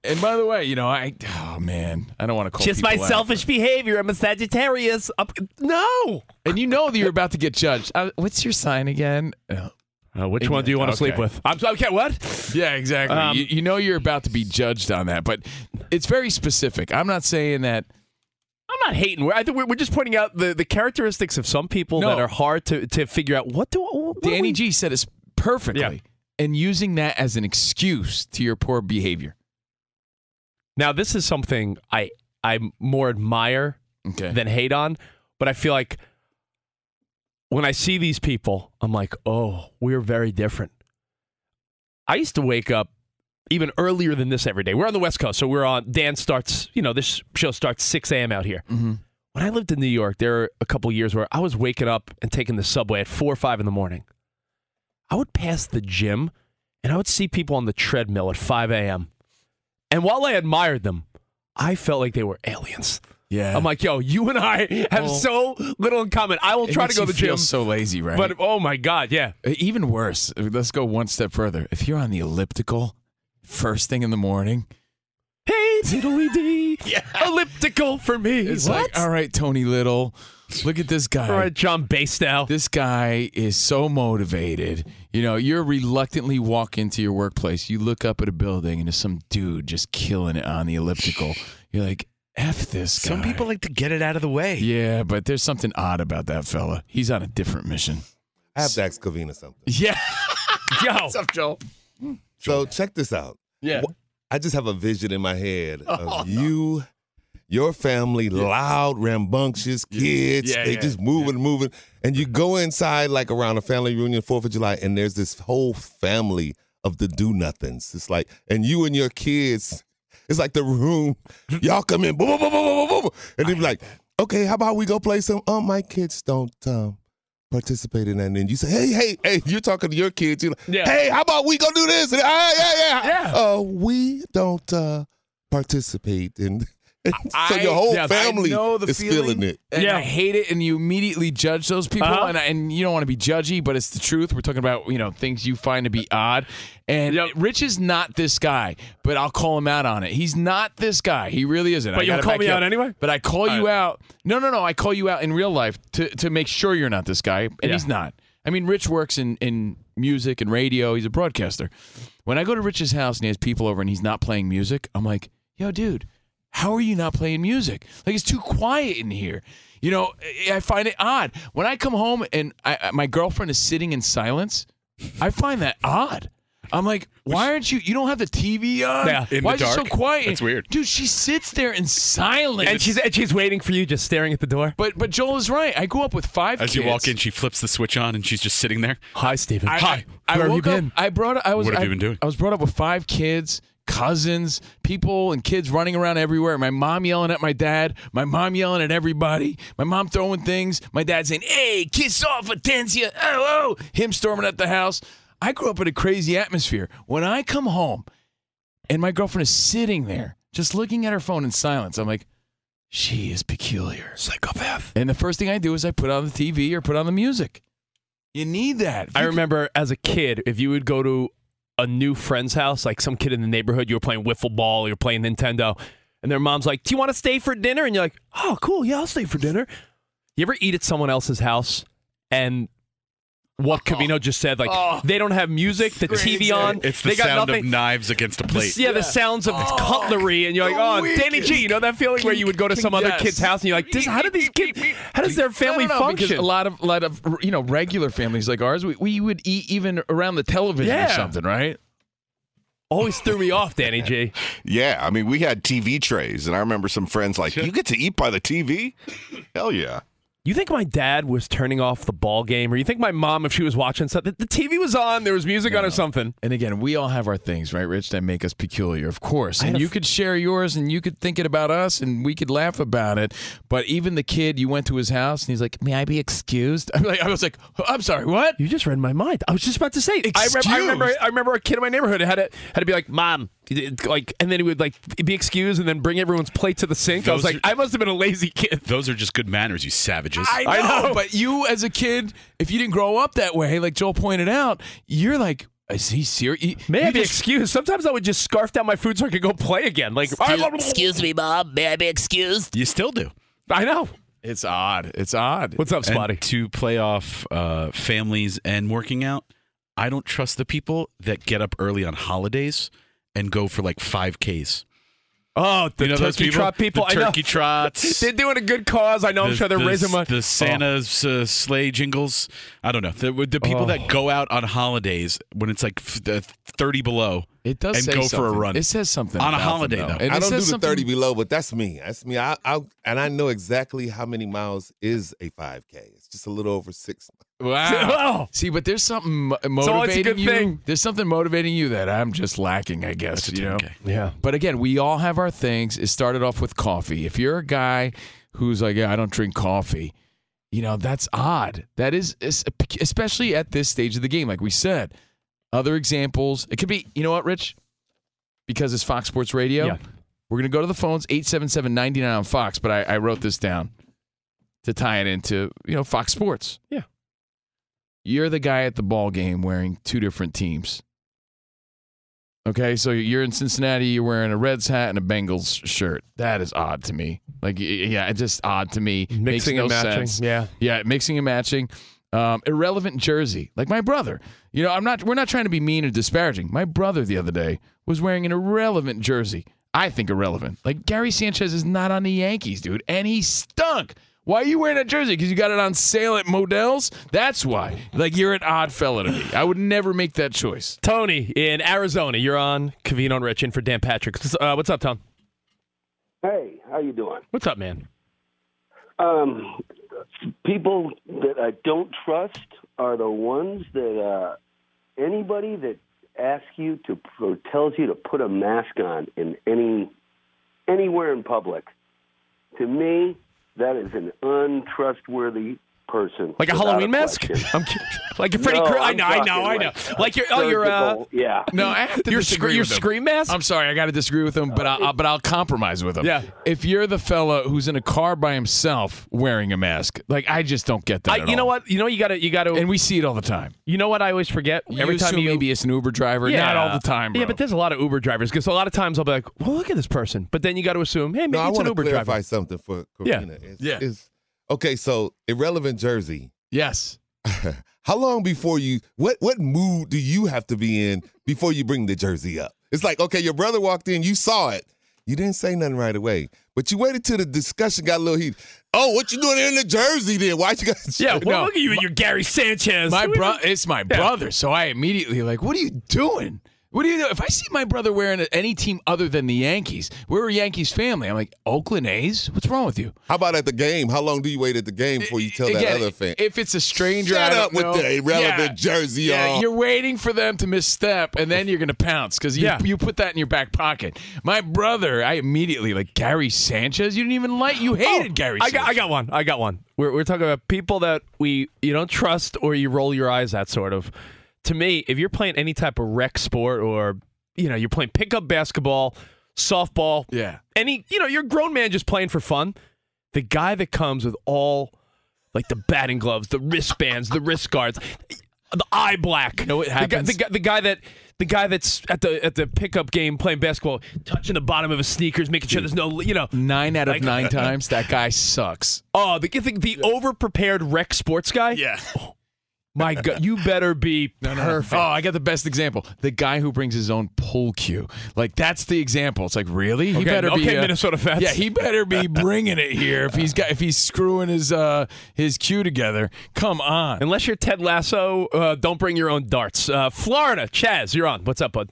[SPEAKER 3] And by the way, you know, I oh man, I don't want to call
[SPEAKER 2] Just my
[SPEAKER 3] people out.
[SPEAKER 2] selfish behavior. I'm a Sagittarius. Up- no.
[SPEAKER 3] And you know that you're about to get judged. Uh, what's your sign again? Uh,
[SPEAKER 2] which
[SPEAKER 3] one do you wanna sleep with?
[SPEAKER 2] I'm okay. What?
[SPEAKER 3] Yeah, exactly.
[SPEAKER 2] Um,
[SPEAKER 3] you, you know you're about to be judged on that, but it's very specific. I'm not saying that.
[SPEAKER 2] I'm not hating. We're, I think we're, we're just pointing out the, the characteristics of some people
[SPEAKER 3] No.
[SPEAKER 2] that are hard to, to figure out. What do what do
[SPEAKER 3] Danny
[SPEAKER 2] we-
[SPEAKER 3] G said it perfectly, and using that as an excuse to your poor behavior.
[SPEAKER 2] Now this is something I I more admire
[SPEAKER 3] Okay.
[SPEAKER 2] than hate on, but I feel like when I see these people, I'm like, oh, we're very different. I used to wake up even earlier than this every day. We're on the West Coast, so we're on. Dan starts, you know, this show starts 6 a.m. out here.
[SPEAKER 3] Mm-hmm.
[SPEAKER 2] When I lived in New York, there were a couple years where I was waking up and taking the subway at four or five in the morning. I would pass the gym and I would see people on the treadmill at 5 a.m. And while I admired them, I felt like they were aliens.
[SPEAKER 3] Yeah.
[SPEAKER 2] I'm like, yo, you and I have
[SPEAKER 3] Well,
[SPEAKER 2] so little in common. I will
[SPEAKER 3] It
[SPEAKER 2] try to
[SPEAKER 3] makes
[SPEAKER 2] go
[SPEAKER 3] you
[SPEAKER 2] to the gym.
[SPEAKER 3] Feel so lazy, right?
[SPEAKER 2] But oh my god, yeah.
[SPEAKER 3] Even worse, let's go one step further. If you're on the elliptical first thing in the morning,
[SPEAKER 2] Hey, diddly dee, elliptical for me.
[SPEAKER 3] it's
[SPEAKER 2] what?
[SPEAKER 3] like, all right, Tony Little, look at this guy.
[SPEAKER 2] All right, John Bastow.
[SPEAKER 3] This guy is so motivated. You know, you're reluctantly walk into your workplace. You look up at a building and there's some dude just killing it on the elliptical. You're like, F this guy.
[SPEAKER 4] Some people like to get it out of the way.
[SPEAKER 3] Yeah, but there's something odd about that fella. He's on a different mission.
[SPEAKER 10] I have to ask Kavina something.
[SPEAKER 3] Yeah.
[SPEAKER 2] Yo.
[SPEAKER 3] What's up, Joel?
[SPEAKER 10] So check this out.
[SPEAKER 3] Yeah.
[SPEAKER 10] Wh- I just have a vision in my head of
[SPEAKER 3] Oh,
[SPEAKER 10] you, your family, loud, rambunctious kids.
[SPEAKER 4] Yeah,
[SPEAKER 10] they
[SPEAKER 4] yeah,
[SPEAKER 10] just moving and moving. And you go inside like around a family reunion, 4th of July, and there's this whole family of the do nothings. It's like, and you and your kids, it's like the room. Y'all come in, boom, boom, boom, boom, boom, boom, boom. And they be like, okay, how about we go play some? Oh, my kids don't um, participate in that. And then you say, hey, hey, hey, you're talking to your kids. You're like,
[SPEAKER 2] Yeah.
[SPEAKER 10] hey, how about we go do this? And, hey, yeah, yeah.
[SPEAKER 2] Yeah.
[SPEAKER 10] Uh, we don't uh, participate in. so your whole family is feeling it.
[SPEAKER 3] And
[SPEAKER 2] Yeah.
[SPEAKER 3] I hate it, and you immediately judge those people,
[SPEAKER 2] Uh-huh.
[SPEAKER 3] and, I- and you don't want to be judgy, but it's the truth. We're talking about you know things you find to be odd, and Rich is not this guy, but I'll call him out on it. He's not this guy. He really isn't.
[SPEAKER 2] But
[SPEAKER 3] I
[SPEAKER 2] you'll
[SPEAKER 3] gotta
[SPEAKER 2] call
[SPEAKER 3] back
[SPEAKER 2] me
[SPEAKER 3] you
[SPEAKER 2] out
[SPEAKER 3] up.
[SPEAKER 2] anyway?
[SPEAKER 3] But I call you out. No, no, no. I call you out in real life to to make sure you're not this guy, and
[SPEAKER 2] Yeah.
[SPEAKER 3] he's not. I mean, Rich works in in music and radio. He's a broadcaster. When I go to Rich's house and he has people over and he's not playing music, I'm like, yo, dude, how are you not playing music? Like it's too quiet in here. You know, I- I find it odd when I come home and I, I- my girlfriend is sitting in silence. I find that odd. I'm like, why aren't you? You don't have the TV on.
[SPEAKER 2] Yeah. In
[SPEAKER 3] why
[SPEAKER 2] the
[SPEAKER 3] is it so
[SPEAKER 2] dark?
[SPEAKER 3] quiet?
[SPEAKER 2] That's weird.
[SPEAKER 3] dude. She sits there in silence.
[SPEAKER 2] And she's and she's waiting for you, just staring at the door.
[SPEAKER 3] But but Joel is right. I grew up with five.
[SPEAKER 4] As
[SPEAKER 3] kids.
[SPEAKER 4] you walk in, she flips the switch on and she's just sitting there.
[SPEAKER 2] Hi, Steven.
[SPEAKER 3] I,
[SPEAKER 4] Hi.
[SPEAKER 3] I, I
[SPEAKER 4] Where have you
[SPEAKER 3] woke up-
[SPEAKER 4] been?
[SPEAKER 3] I brought. I was.
[SPEAKER 4] What have
[SPEAKER 3] I-
[SPEAKER 4] you been doing?
[SPEAKER 3] I was brought up with five kids, cousins, people, and kids running around everywhere. My mom yelling at my dad. My mom yelling at everybody. My mom throwing things. My dad saying, "Hey, kiss off, Atencia!" Oh, oh, him storming at the house. I grew up in a crazy atmosphere. When I come home, and my girlfriend is sitting there just looking at her phone in silence, I'm like, "She is peculiar, psychopath." And the first thing I do is I put on the TV or put on the music. You need that.
[SPEAKER 2] I remember as a kid, if you would go to a new friend's house, like some kid in the neighborhood, you were playing wiffle ball, you were playing Nintendo, and their mom's like, "Do you want to stay for dinner?" And you're like, "Oh, cool, yeah, I'll stay for dinner." You ever eat at someone else's house and what Cavino just said, like
[SPEAKER 4] Oh.
[SPEAKER 2] they don't have music, the TV on,
[SPEAKER 4] It's the
[SPEAKER 2] they got
[SPEAKER 4] sound
[SPEAKER 2] nothing.
[SPEAKER 4] of knives against a
[SPEAKER 2] The-
[SPEAKER 4] plate.
[SPEAKER 2] yeah, Oh. the sounds of
[SPEAKER 3] Oh,
[SPEAKER 2] cutlery, and you're like, "Oh, Danny G," you know that feeling where you would go to some other
[SPEAKER 3] Yes.
[SPEAKER 2] kid's house and you're like, this, "How do these kids? How does their family
[SPEAKER 3] I don't know,
[SPEAKER 2] function?"
[SPEAKER 3] Because a lot of lot of you know regular families like ours, we, we would eat even around the television or
[SPEAKER 2] Yeah.
[SPEAKER 3] something, right?
[SPEAKER 2] Always threw me off, Danny G.
[SPEAKER 11] Yeah, I mean, we had TV trays, and I remember some friends like, "You get to eat by the TV? Hell yeah!"
[SPEAKER 2] You think my dad was turning off the ball game, or you think my mom, if she was watching something, the TV was on, there was music on, or something?
[SPEAKER 3] And again, we all have our things, right, Rich, that make us peculiar, of course.
[SPEAKER 2] I had
[SPEAKER 3] And
[SPEAKER 2] a
[SPEAKER 3] you
[SPEAKER 2] f-
[SPEAKER 3] could share yours, and you could think it about us, and we could laugh about it. But even the kid, you went to his house, and he's like, "May I be excused?" I'm like, I was like, "I'm sorry, what?"
[SPEAKER 2] You just read my mind. I was just about to say. I remember, I remember, I remember a kid in my neighborhood had to had to be like, "Mom," like, and then he would like be excused, and then bring everyone's plate to the sink. I was
[SPEAKER 4] Those
[SPEAKER 2] like, I must have been a lazy kid.
[SPEAKER 4] Those are just good manners, you savages.
[SPEAKER 3] I know, but you as a kid, if you didn't grow up that way, like Joel pointed out, you're like, is he serious?
[SPEAKER 2] May I be excused? Sometimes I would just scarf down my food so I could go play again. Like,
[SPEAKER 9] "Ah,
[SPEAKER 12] Excuse me, Mom. May I be excused?
[SPEAKER 4] You still do.
[SPEAKER 2] I know.
[SPEAKER 3] It's odd. It's odd.
[SPEAKER 2] What's up, Spotty?
[SPEAKER 4] And to play off uh, families and working out, I don't trust the people that get up early on holidays and go for like five Ks.
[SPEAKER 2] Oh, the
[SPEAKER 4] You know those
[SPEAKER 2] turkey
[SPEAKER 4] people?
[SPEAKER 2] trot people.
[SPEAKER 4] The
[SPEAKER 2] I know.
[SPEAKER 4] turkey trots.
[SPEAKER 2] They're doing a good cause. I know. I'm
[SPEAKER 4] The-
[SPEAKER 2] sure they're
[SPEAKER 4] the-
[SPEAKER 2] raising money.
[SPEAKER 4] The Santa's uh, sleigh jingles. I don't know. The, the people
[SPEAKER 3] Oh.
[SPEAKER 4] that go out on holidays when it's like f- the 30 below
[SPEAKER 3] it does
[SPEAKER 4] and
[SPEAKER 3] say
[SPEAKER 4] go for a
[SPEAKER 3] something.
[SPEAKER 4] run.
[SPEAKER 3] It says something
[SPEAKER 4] On a
[SPEAKER 3] about them,
[SPEAKER 4] holiday,
[SPEAKER 3] though.
[SPEAKER 4] though.
[SPEAKER 3] And
[SPEAKER 4] it
[SPEAKER 10] I don't do
[SPEAKER 4] says
[SPEAKER 10] the
[SPEAKER 4] something-
[SPEAKER 10] thirty below, but that's me. That's me. I, I and I know exactly how many miles is a five k. It's just a little over six.
[SPEAKER 3] Wow. See, but there's something mo- motivating
[SPEAKER 10] all- it's a good
[SPEAKER 3] you.
[SPEAKER 10] thing.
[SPEAKER 3] There's something motivating you that I'm just lacking, I guess. you know.
[SPEAKER 2] Oh. Yeah.
[SPEAKER 3] But again, we all have our things. It started off with coffee. If you're a guy who's like, yeah, I don't drink coffee, you know, that's odd. That is, es- especially at this stage of the game, like we said. Other examples, it could be, you know what, Rich? Because it's Fox Sports Radio,
[SPEAKER 2] Yeah.
[SPEAKER 3] we're going to go to the phones, 877 99 on Fox, but I, I wrote this down to tie it into, you know, Fox Sports.
[SPEAKER 2] Yeah.
[SPEAKER 3] You're the guy at the ball game wearing two different teams. Okay, so you're in Cincinnati, you're wearing a Reds hat and a Bengals shirt. That is odd to me. Like, y- yeah, it's just odd to me. Mixing Makes
[SPEAKER 2] Mixing
[SPEAKER 3] no
[SPEAKER 2] and matching,
[SPEAKER 3] sense.
[SPEAKER 2] yeah.
[SPEAKER 3] yeah, mixing and matching. Um, irrelevant jersey, like my brother. You know, I'm not. We're not trying to be mean or disparaging. My brother the other day was wearing an irrelevant jersey. I think irrelevant. Like Gary Sanchez is not on the Yankees, dude, and he stunk. Why are you wearing that jersey? Because you got it on sale at Modell's. That's why. Like you're an odd fella to me. I would never make that choice.
[SPEAKER 2] Tony in Arizona, you're on Cavino and Rich in for Dan Patrick. Uh, what's up, Tom?
[SPEAKER 13] Hey, how you doing?
[SPEAKER 2] What's up, man?
[SPEAKER 13] Um, people that I don't trust are the ones that uh, anybody that asks you to or tells you to put a mask on in any anywhere in public. To me, that is an untrustworthy person.
[SPEAKER 2] Like a
[SPEAKER 13] without
[SPEAKER 2] Halloween mask?
[SPEAKER 13] question.
[SPEAKER 2] I'm kidding. Like a Freddy
[SPEAKER 13] No,
[SPEAKER 2] Krueger. I
[SPEAKER 13] I'm
[SPEAKER 2] know, I know, I
[SPEAKER 13] talking
[SPEAKER 2] know.
[SPEAKER 13] like
[SPEAKER 2] Like your oh, your uh,
[SPEAKER 13] surgical- yeah.
[SPEAKER 3] No, I have to
[SPEAKER 2] your
[SPEAKER 3] disagree
[SPEAKER 2] scre- your
[SPEAKER 3] with him.
[SPEAKER 2] scream mask.
[SPEAKER 3] I'm sorry, I got to disagree with him, but I, I, but I'll compromise with him.
[SPEAKER 2] Yeah.
[SPEAKER 3] If you're the fella who's in a car by himself wearing a mask, like I just don't get that.
[SPEAKER 2] I, you know what? You know you got to you got to.
[SPEAKER 3] And we see it all the time.
[SPEAKER 2] You know what? I always forget every time
[SPEAKER 3] assume
[SPEAKER 2] you
[SPEAKER 3] maybe it's an Uber driver, not all the time. Bro.
[SPEAKER 2] Yeah, but there's a lot of Uber drivers because a lot of times I'll be like, well, look at this person, but then you got to assume, hey, maybe
[SPEAKER 10] no, I
[SPEAKER 2] it's
[SPEAKER 10] want
[SPEAKER 2] an
[SPEAKER 10] to
[SPEAKER 2] Uber
[SPEAKER 10] clarify
[SPEAKER 2] driver.
[SPEAKER 10] something for
[SPEAKER 2] Yeah.
[SPEAKER 10] Karina. It's,
[SPEAKER 2] Yeah.
[SPEAKER 10] it's- okay, so irrelevant jersey.
[SPEAKER 3] Yes.
[SPEAKER 10] How long before you? What what mood do you have to be in before you bring the jersey up? It's like okay, your brother walked in, you saw it, you didn't say nothing right away, but you waited till the discussion got a little heat. Oh, what you doing in the jersey then? Why you got?
[SPEAKER 2] Yeah, well, look at you in your Gary Sanchez.
[SPEAKER 3] My
[SPEAKER 2] What do you-
[SPEAKER 3] bro, it's my brother, so I immediately like, what are you doing? What do you know? If I see my brother wearing any team other than the Yankees, we're a Yankees family. I'm like, Oakland A's? What's wrong with you?
[SPEAKER 10] How about at the game? How long do you wait at the game before you tell Oh, that
[SPEAKER 3] Again,
[SPEAKER 10] other fan?
[SPEAKER 3] If it's a stranger,
[SPEAKER 10] Shut
[SPEAKER 3] I don't
[SPEAKER 10] up with
[SPEAKER 3] know-
[SPEAKER 10] the irrelevant jersey
[SPEAKER 3] Yeah,
[SPEAKER 10] on.
[SPEAKER 3] you're waiting for them to misstep, and then you're gonna pounce because you, you put that in your back pocket. My brother, I immediately like Gary Sanchez. You didn't even like. You hated Gary.
[SPEAKER 2] Oh, I
[SPEAKER 3] Sanchez.
[SPEAKER 2] got, I got one. I got one. We're, we're talking about people that we you don't trust or you roll your eyes at. Sort of. To me, if you're playing any type of rec sport or you know you're playing pickup basketball, softball,
[SPEAKER 3] yeah,
[SPEAKER 2] any you know you're a grown man just playing for fun. The guy that comes with all like the batting gloves, the wristbands, the wrist guards, the eye black. No, it
[SPEAKER 3] happens.
[SPEAKER 2] The guy, the guy that. The guy that's at the at the pickup game playing basketball, touching the bottom of his sneakers, making sure there's no you know
[SPEAKER 3] nine out of
[SPEAKER 2] Like-
[SPEAKER 3] nine times that guy sucks.
[SPEAKER 2] Oh, the the, the over-prepared rec sports guy. Yeah. my God, you better be perfect.
[SPEAKER 3] Oh, I got the best example. The guy who brings his own pull cue. Like that's the example. It's like really, he
[SPEAKER 2] Okay,
[SPEAKER 3] better be
[SPEAKER 2] okay,
[SPEAKER 3] uh,
[SPEAKER 2] Minnesota Fats.
[SPEAKER 3] Yeah, he better be bringing it here if he's got if he's screwing his uh his cue together. Come on.
[SPEAKER 2] Unless you're Ted Lasso, uh, don't bring your own darts. Uh, Florida, Chaz, you're on. What's up, bud?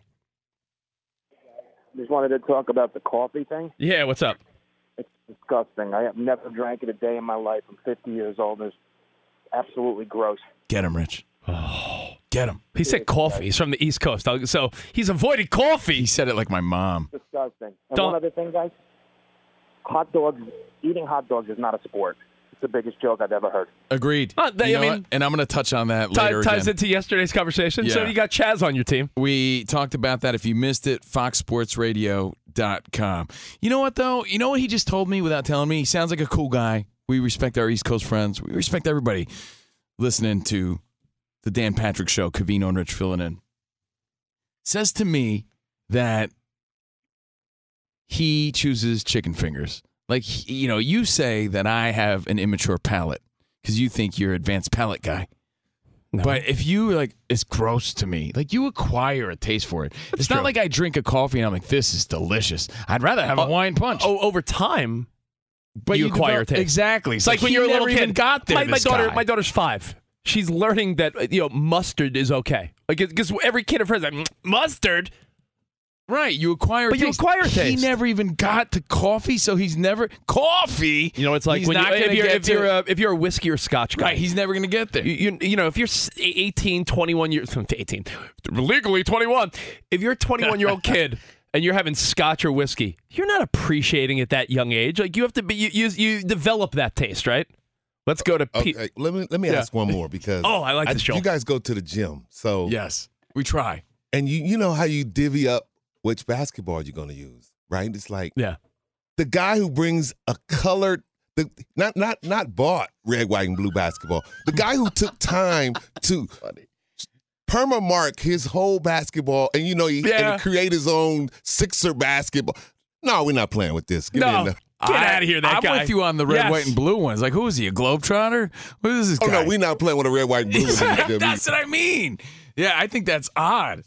[SPEAKER 14] Just wanted to talk about the coffee thing.
[SPEAKER 2] Yeah, what's up?
[SPEAKER 14] Disgusting. I have never drank it a day in my life. I'm 50 years old. It's absolutely gross.
[SPEAKER 3] Get him, Rich. Get him.
[SPEAKER 2] Oh. He said coffee. He's from the East Coast, I'll- so he's avoided coffee. He
[SPEAKER 3] said it like my mom.
[SPEAKER 14] Disgusting. And
[SPEAKER 2] Don't-
[SPEAKER 14] one other thing, guys. Hot dogs. Eating hot dogs is not a sport. It's the biggest joke I've ever heard.
[SPEAKER 3] Agreed.
[SPEAKER 2] Uh, they-
[SPEAKER 3] You know
[SPEAKER 2] I mean-
[SPEAKER 3] what? and I'm going to touch on that
[SPEAKER 2] Ti-
[SPEAKER 3] later.
[SPEAKER 2] ties
[SPEAKER 3] again.
[SPEAKER 2] into yesterday's conversation. So
[SPEAKER 3] Yeah.
[SPEAKER 2] you got Chaz on your team.
[SPEAKER 3] We talked about that. If you missed it, foxsportsradio.com. You know what, though? You know what he just told me without telling me? He sounds like a cool guy. We respect our East Coast friends. We respect everybody listening to the Dan Patrick Show, Cavino and Rich filling in. Says to me that he chooses chicken fingers. Like, he- you know, you say that I have an immature palate because you think you're advanced palate guy. But if you like, it's gross to me. Like you acquire a taste for it. it's not like I drink a coffee and I'm like, this is delicious. I'd rather have a wine punch.
[SPEAKER 2] Oh, over time,
[SPEAKER 3] but
[SPEAKER 2] you, acquire
[SPEAKER 3] develop-
[SPEAKER 2] taste.
[SPEAKER 3] Exactly.
[SPEAKER 2] It's like when you're a little kid.
[SPEAKER 3] Got there.
[SPEAKER 2] My, my
[SPEAKER 3] this
[SPEAKER 2] daughter,
[SPEAKER 3] guy.
[SPEAKER 2] my daughter's five. She's learning that uh, you know mustard is okay. Like because every kid of hers like "Mm, mustard.
[SPEAKER 3] Right, you acquire.
[SPEAKER 2] But you
[SPEAKER 3] taste.
[SPEAKER 2] acquire
[SPEAKER 3] He
[SPEAKER 2] taste.
[SPEAKER 3] never even got to coffee, so he's never coffee.
[SPEAKER 2] You know, it's like
[SPEAKER 3] He's
[SPEAKER 2] when you,
[SPEAKER 3] not gonna
[SPEAKER 2] if you're
[SPEAKER 3] get
[SPEAKER 2] if
[SPEAKER 3] to
[SPEAKER 2] you're,
[SPEAKER 3] it.
[SPEAKER 2] a, if you're a whiskey or scotch guy,
[SPEAKER 3] Right, he's never going to get there.
[SPEAKER 2] You, you, you know, if you're s- e, 18, 21 years 18, legally 21. If you're a 21 year old kid and you're having scotch or whiskey, you're not appreciating at that young age. Like you have to be you you, you develop that taste, right? Let's go to Pete.
[SPEAKER 10] Okay, let me let me
[SPEAKER 2] Yeah.
[SPEAKER 10] ask one more because
[SPEAKER 2] Oh, I like this show.
[SPEAKER 10] You guys go to the gym, so
[SPEAKER 3] yes, we try.
[SPEAKER 10] And you you know how you divvy up which basketball you're going to use, right? It's like
[SPEAKER 2] yeah,
[SPEAKER 10] the guy who brings a colored the not not not bought red, white, and blue basketball. The guy who took time to. Perma mark his whole basketball, and you know he, and
[SPEAKER 2] Yeah.
[SPEAKER 10] he create his own sixer basketball. No, we're not playing with this. Give me
[SPEAKER 2] No.
[SPEAKER 10] enough.
[SPEAKER 2] Get I- outta here, that
[SPEAKER 3] I'm
[SPEAKER 2] guy.
[SPEAKER 3] with you on the red,
[SPEAKER 2] Yes.
[SPEAKER 3] white, and blue ones. Like, who is he? A globetrotter? What is this
[SPEAKER 10] Oh
[SPEAKER 3] guy?
[SPEAKER 10] no, we're not playing with a red, white, and blue.
[SPEAKER 3] that's what I mean. Yeah, I think that's odd.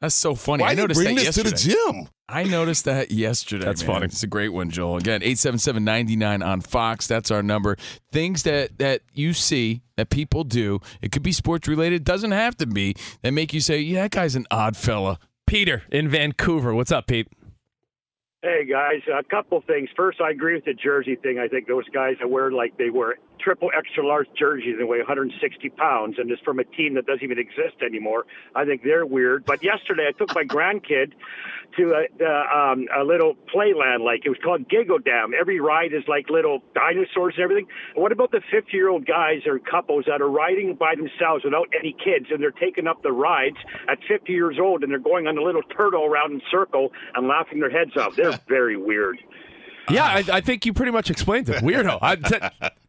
[SPEAKER 3] That's so funny.
[SPEAKER 10] Why
[SPEAKER 3] I
[SPEAKER 10] do you
[SPEAKER 3] noticed
[SPEAKER 10] bring
[SPEAKER 3] that
[SPEAKER 10] this to the
[SPEAKER 3] yesterday.
[SPEAKER 10] gym?
[SPEAKER 3] I noticed that yesterday.
[SPEAKER 2] That's
[SPEAKER 3] man.
[SPEAKER 2] funny.
[SPEAKER 3] It's a great one, Joel. Again, 877-99 on Fox. That's our number. Things that that you see that people do, it could be sports related, doesn't have to be, that make you say, "Yeah, that guy's an odd fella."
[SPEAKER 2] Peter in Vancouver. What's up, Pete?
[SPEAKER 15] Hey guys, a couple things. First, I agree with the jersey thing. I think those guys that wear like they wear triple extra large jerseys and weigh 160 pounds, and it's from a team that doesn't even exist anymore. I think they're weird. But yesterday, I took my grandkid to a, uh, um, a little playland, like it was called Gigo Dam. Every ride is like little dinosaurs and everything. And What about the 50 year old guys or couples that are riding by themselves without any kids, and they're taking up the rides at 50 years old, and they're going on a little turtle around in circle and laughing their heads off? They're very weird.
[SPEAKER 2] Yeah, I, I think you pretty much explained it. Weirdo. I, t-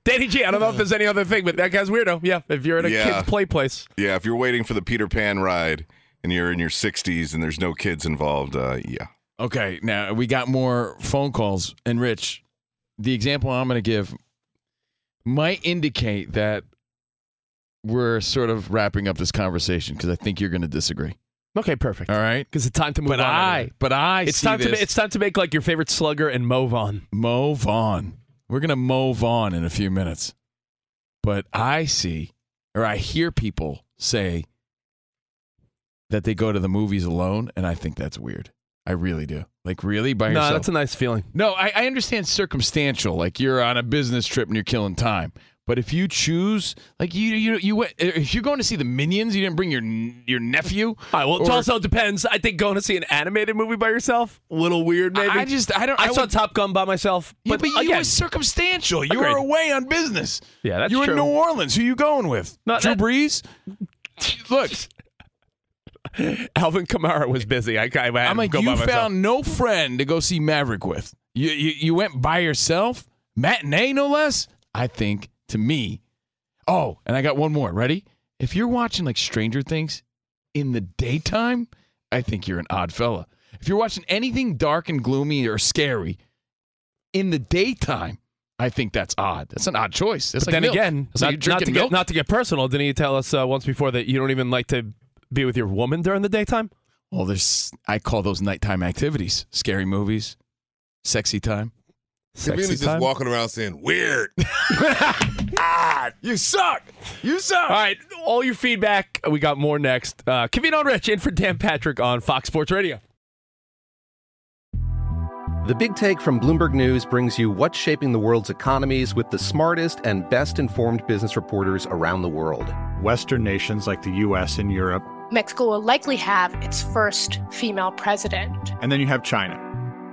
[SPEAKER 2] Danny G. I don't know if there's any other thing, but that guy's weirdo. Yeah, if you're at a
[SPEAKER 11] Yeah.
[SPEAKER 2] kid's play place.
[SPEAKER 11] Yeah, if you're waiting for the Peter Pan ride and you're in your 60s and there's no kids involved, uh, yeah.
[SPEAKER 3] Okay, now we got more phone calls. And Rich, the example I'm going to give might indicate that we're sort of wrapping up this conversation because I think you're going to disagree.
[SPEAKER 2] Okay, perfect.
[SPEAKER 3] All right,
[SPEAKER 2] because it's time to move
[SPEAKER 3] but
[SPEAKER 2] on
[SPEAKER 3] I,
[SPEAKER 2] anyway.
[SPEAKER 3] but I,
[SPEAKER 2] It's
[SPEAKER 3] see
[SPEAKER 2] time to
[SPEAKER 3] this.
[SPEAKER 2] ma- it's time to make like your favorite slugger and move on.
[SPEAKER 3] Mo Vaughn. We're going to move on in a few minutes. But I see or I hear people say that they go to the movies alone, and I think that's weird. I really do. Like, really? By
[SPEAKER 2] no,
[SPEAKER 3] yourself?
[SPEAKER 2] that's a nice feeling.
[SPEAKER 3] No, I, I understand circumstantial. Like you're on a business trip and you're killing time. But if you choose, like you you you went, if you're going to see the Minions, you didn't bring your your nephew.
[SPEAKER 2] All right, well, it also depends. I think going to see an animated movie by yourself, a little weird, maybe.
[SPEAKER 3] I just- I don't-
[SPEAKER 2] I,
[SPEAKER 3] I
[SPEAKER 2] saw
[SPEAKER 3] would-
[SPEAKER 2] Top Gun by myself.
[SPEAKER 3] Yeah, but you
[SPEAKER 2] again,
[SPEAKER 3] were circumstantial. You
[SPEAKER 2] Agreed.
[SPEAKER 3] were away on business.
[SPEAKER 2] Yeah, that's
[SPEAKER 3] you were
[SPEAKER 2] true.
[SPEAKER 3] in New Orleans. Who you going with?
[SPEAKER 2] No,
[SPEAKER 3] Drew
[SPEAKER 2] that-
[SPEAKER 3] Brees. Look,
[SPEAKER 2] Alvin Kamara was busy. I, I had
[SPEAKER 3] I'm
[SPEAKER 2] to
[SPEAKER 3] like
[SPEAKER 2] go
[SPEAKER 3] you
[SPEAKER 2] by
[SPEAKER 3] found no
[SPEAKER 2] myself.
[SPEAKER 3] friend to go see Maverick with. You, you you went by yourself, matinee no less. I think to me. Oh, and I got one more. Ready? If you're watching like Stranger Things in the daytime, I think you're an odd fella. If you're watching anything dark and gloomy or scary in the daytime, I think that's odd. That's an odd choice. That's
[SPEAKER 2] but
[SPEAKER 3] like
[SPEAKER 2] then
[SPEAKER 3] milk.
[SPEAKER 2] again,
[SPEAKER 3] That's like
[SPEAKER 2] not,
[SPEAKER 3] you're
[SPEAKER 2] not to
[SPEAKER 3] drinking
[SPEAKER 2] get
[SPEAKER 3] milk.
[SPEAKER 2] not to get personal, didn't you tell us uh, once before that you don't even like to be with your woman during the daytime?
[SPEAKER 3] Well, there's I call those nighttime activities, scary movies, sexy time.
[SPEAKER 10] Sabrina's just walking around saying weird.
[SPEAKER 3] ah, you suck. You suck.
[SPEAKER 2] All right, all your feedback. We got more next. Uh, Kavino and Rich in for Dan Patrick on Fox Sports Radio.
[SPEAKER 6] The Big Take from Bloomberg News brings you what's shaping the world's economies with the smartest and best informed business reporters around the world.
[SPEAKER 16] Western nations like the US and Europe.
[SPEAKER 17] Mexico will likely have its first female president.
[SPEAKER 16] And then you have China.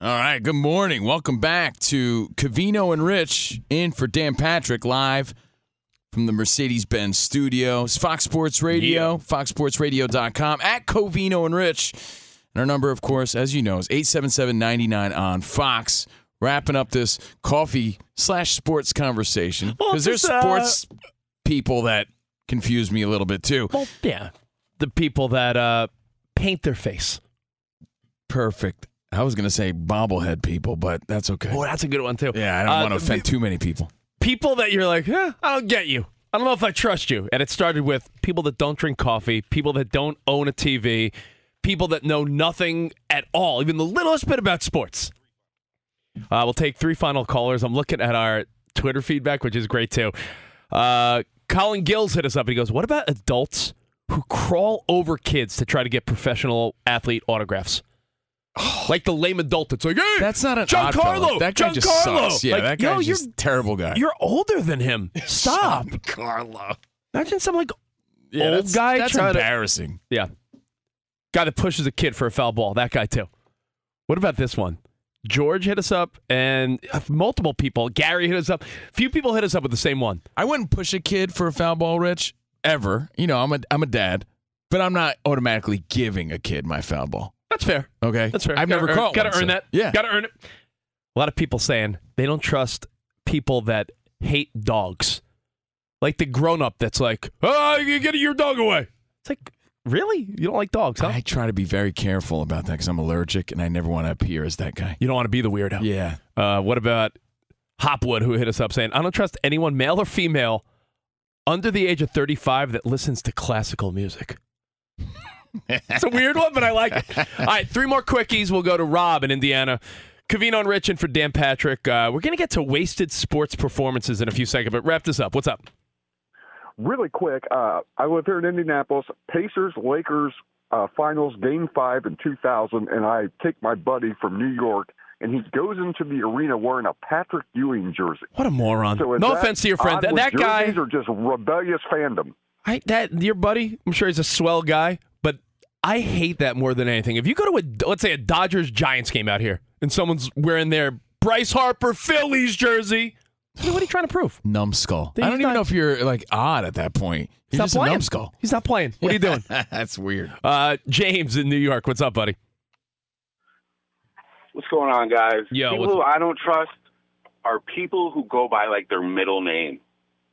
[SPEAKER 3] All right, good morning. Welcome back to Cavino and Rich in for Dan Patrick live from the Mercedes Benz studio. It's Fox Sports Radio, foxsportsradio.com, at Covino and Rich. And our number, of course, as you know, is 877 99 on Fox. Wrapping up this coffee slash sports conversation
[SPEAKER 2] Well,
[SPEAKER 3] because there's
[SPEAKER 2] just, uh,
[SPEAKER 3] sports people that confuse me a little bit too.
[SPEAKER 2] Well, yeah, the people that uh, paint their face.
[SPEAKER 3] Perfect. I was going to say bobblehead people, but that's okay.
[SPEAKER 2] Oh, that's a good one too.
[SPEAKER 3] Yeah, I don't
[SPEAKER 2] Uh,
[SPEAKER 3] want to offend too many people.
[SPEAKER 2] People that you're like, eh, I don't get you. I don't know if I trust you. And it started with people that don't drink coffee, people that don't own a TV, people that know nothing at all, even the littlest bit about sports. Uh, we'll take three final callers. I'm looking at our Twitter feedback, which is great too. Uh, Colin Gills hit us up. He goes, "What about adults who crawl over kids to try to get professional athlete autographs?" like the lame adult that's like, "Hey,
[SPEAKER 3] Oh. that's not an
[SPEAKER 2] John
[SPEAKER 3] odd fellow.
[SPEAKER 2] Carlo.
[SPEAKER 3] That guy
[SPEAKER 2] John
[SPEAKER 3] just
[SPEAKER 2] Carlo.
[SPEAKER 3] sucks. Yeah,
[SPEAKER 2] like,
[SPEAKER 3] that guy's
[SPEAKER 2] yo,
[SPEAKER 3] just terrible guy.
[SPEAKER 2] You're older than him. Stop,
[SPEAKER 3] Carlo.
[SPEAKER 2] Imagine some like
[SPEAKER 3] Yeah,
[SPEAKER 2] old
[SPEAKER 3] that's-
[SPEAKER 2] guy.
[SPEAKER 3] that's
[SPEAKER 2] trying to-
[SPEAKER 3] embarrassing.
[SPEAKER 2] yeah, guy that pushes a kid for a foul ball. That guy too. What about this one? George hit us up, and multiple people. Gary hit us up. Few people hit us up with the same one.
[SPEAKER 3] I wouldn't push a kid for a foul ball, Rich, ever. You know, I'm a I'm a dad, but I'm not automatically giving a kid my foul ball.
[SPEAKER 2] That's fair.
[SPEAKER 3] Okay,
[SPEAKER 2] That's fair.
[SPEAKER 3] I've
[SPEAKER 2] Gotta
[SPEAKER 3] never
[SPEAKER 2] earn-
[SPEAKER 3] caught.
[SPEAKER 2] Gotta
[SPEAKER 3] one,
[SPEAKER 2] earn
[SPEAKER 3] so-
[SPEAKER 2] that.
[SPEAKER 3] Yeah,
[SPEAKER 2] Gotta earn it. A lot of people saying they don't trust people that hate dogs. Like the grown up that's like, oh, you get your dog away. It's like, really? You don't like dogs, huh?
[SPEAKER 3] I try to be very careful about that because I'm allergic and I never want to appear as that guy.
[SPEAKER 2] You don't want to be the weirdo.
[SPEAKER 3] Yeah.
[SPEAKER 2] Uh, what about Hopwood, who hit us up saying, I don't trust anyone, male or female, under the age of 35 that listens to classical music? it's a weird one, but I like it. All right, three more quickies. We'll go to Rob in Indiana. Cavino and Rich and for Dan Patrick. Uh, we're going to get to wasted sports performances in a few seconds, but wrap this up. What's up?
[SPEAKER 18] really quick, uh, I live here in Indianapolis. Pacers Lakers uh, finals game five in 2000, and I take my buddy from New York, and he goes into the arena wearing a Patrick Ewing jersey.
[SPEAKER 2] What a moron!
[SPEAKER 18] So is
[SPEAKER 2] no
[SPEAKER 18] that
[SPEAKER 2] offense to your friend.
[SPEAKER 18] odd
[SPEAKER 2] That,
[SPEAKER 18] with
[SPEAKER 2] that guy,
[SPEAKER 18] jerseys or just rebellious fandom.
[SPEAKER 2] I, that your buddy, I'm sure he's a swell guy, but I hate that more than anything. If you go to a let's say a Dodgers Giants game out here, and someone's wearing their Bryce Harper Phillies jersey, what are you trying to prove?
[SPEAKER 3] numbskull.
[SPEAKER 2] Then
[SPEAKER 3] I
[SPEAKER 2] he's
[SPEAKER 3] don't even
[SPEAKER 2] not-
[SPEAKER 3] know if you're like odd at that point. You're
[SPEAKER 2] He's
[SPEAKER 3] just
[SPEAKER 2] not playing.
[SPEAKER 3] a numbskull.
[SPEAKER 2] He's not playing. What are you doing?
[SPEAKER 3] That's weird.
[SPEAKER 2] Uh, James in New York, what's up, buddy?
[SPEAKER 5] What's going on, guys?
[SPEAKER 2] Yo,
[SPEAKER 5] people
[SPEAKER 2] what's-
[SPEAKER 5] who I don't trust are people who go by like their middle name.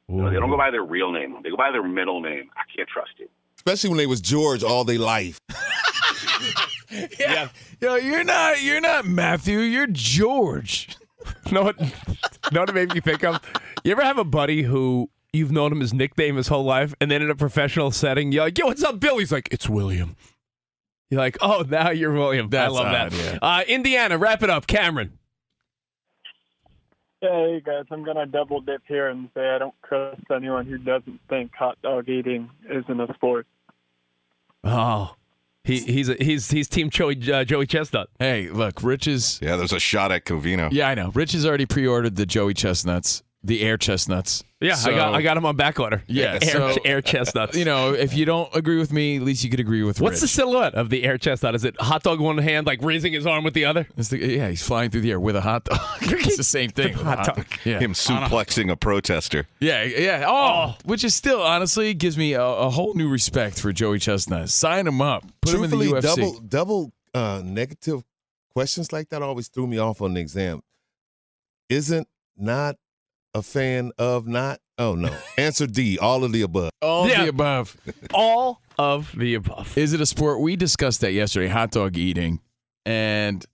[SPEAKER 5] No, They don't go by their real name. They go by their middle name. I can't trust it.
[SPEAKER 10] Especially when they was George all their life.
[SPEAKER 3] Yeah. Yo, you're not you're not Matthew, you're George.
[SPEAKER 2] know what? Know what it made me think of? You ever have a buddy who you've known him his nickname his whole life, and then in a professional setting, you're like, "Yo, what's up, Bill?" He's like, "It's William." You're like, "Oh, now you're William."
[SPEAKER 3] That's
[SPEAKER 2] I love that.
[SPEAKER 3] odd, yeah.
[SPEAKER 2] Uh, Indiana, wrap it up, Cameron.
[SPEAKER 19] Hey guys, I'm gonna double dip here and say I don't trust anyone who doesn't think hot dog eating isn't a sport.
[SPEAKER 2] Oh, he, he's a, he's he's Team Joey uh, Joey Chestnut.
[SPEAKER 3] Hey, look, Rich is
[SPEAKER 19] Yeah, there's a shot at Covino.
[SPEAKER 3] Yeah, I know. Rich has already pre-ordered the Joey Chestnuts, the air chestnuts.
[SPEAKER 2] Yeah, I got I got him on back order.
[SPEAKER 3] Yeah,
[SPEAKER 2] air,
[SPEAKER 3] so-
[SPEAKER 2] air chestnuts.
[SPEAKER 3] You know, if you don't agree with me, at least you could agree with
[SPEAKER 2] What's the
[SPEAKER 3] Rich.
[SPEAKER 2] silhouette of the air chestnut? Is it hot dog in one hand, like raising his arm with the other?
[SPEAKER 3] It's the, yeah, he's flying through the air with a hot dog. it's the same thing. with a
[SPEAKER 19] Hot dog.
[SPEAKER 3] Yeah.
[SPEAKER 19] uh, Him suplexing a protester.
[SPEAKER 3] Yeah, yeah. Oh, which is still honestly gives me a, a whole new respect for Joey Chestnut. Sign him up. Put him in the
[SPEAKER 10] Truthfully,
[SPEAKER 3] UFC.
[SPEAKER 10] double double uh, negative questions like that always threw me off on the exam. Isn't not a fan of not? Oh no. Answer D. All of the above.
[SPEAKER 3] All
[SPEAKER 2] Yeah.
[SPEAKER 3] the above.
[SPEAKER 2] All of the above.
[SPEAKER 3] Is it a sport? We discussed that yesterday, hot dog eating, and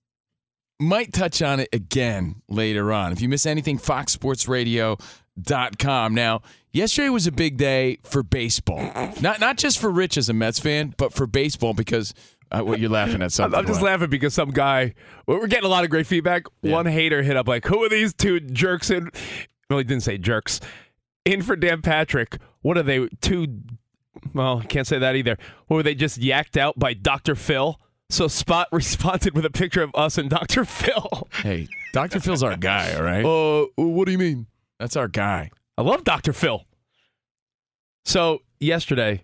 [SPEAKER 3] might touch on it again later on. If you miss anything, foxsportsradio.com. Now, yesterday was a big day for baseball. Not not just for Rich as a Mets fan, but for baseball because uh, what you're laughing at
[SPEAKER 2] I'm,
[SPEAKER 3] something.
[SPEAKER 2] I'm just laughing because some guy. well, We're getting a lot of great feedback. One hater hit up like, "Who are these two jerks?" In well, he didn't say jerks. In for Dan Patrick. What are they? Two. Well, can't say that either. What were they just yacked out by Dr. Phil? So Spot responded with a picture of us and Dr. Phil.
[SPEAKER 3] Hey, Dr. Phil's our guy, all right?
[SPEAKER 2] Uh, what do you mean?
[SPEAKER 3] That's our guy.
[SPEAKER 2] I love Dr. Phil. So yesterday,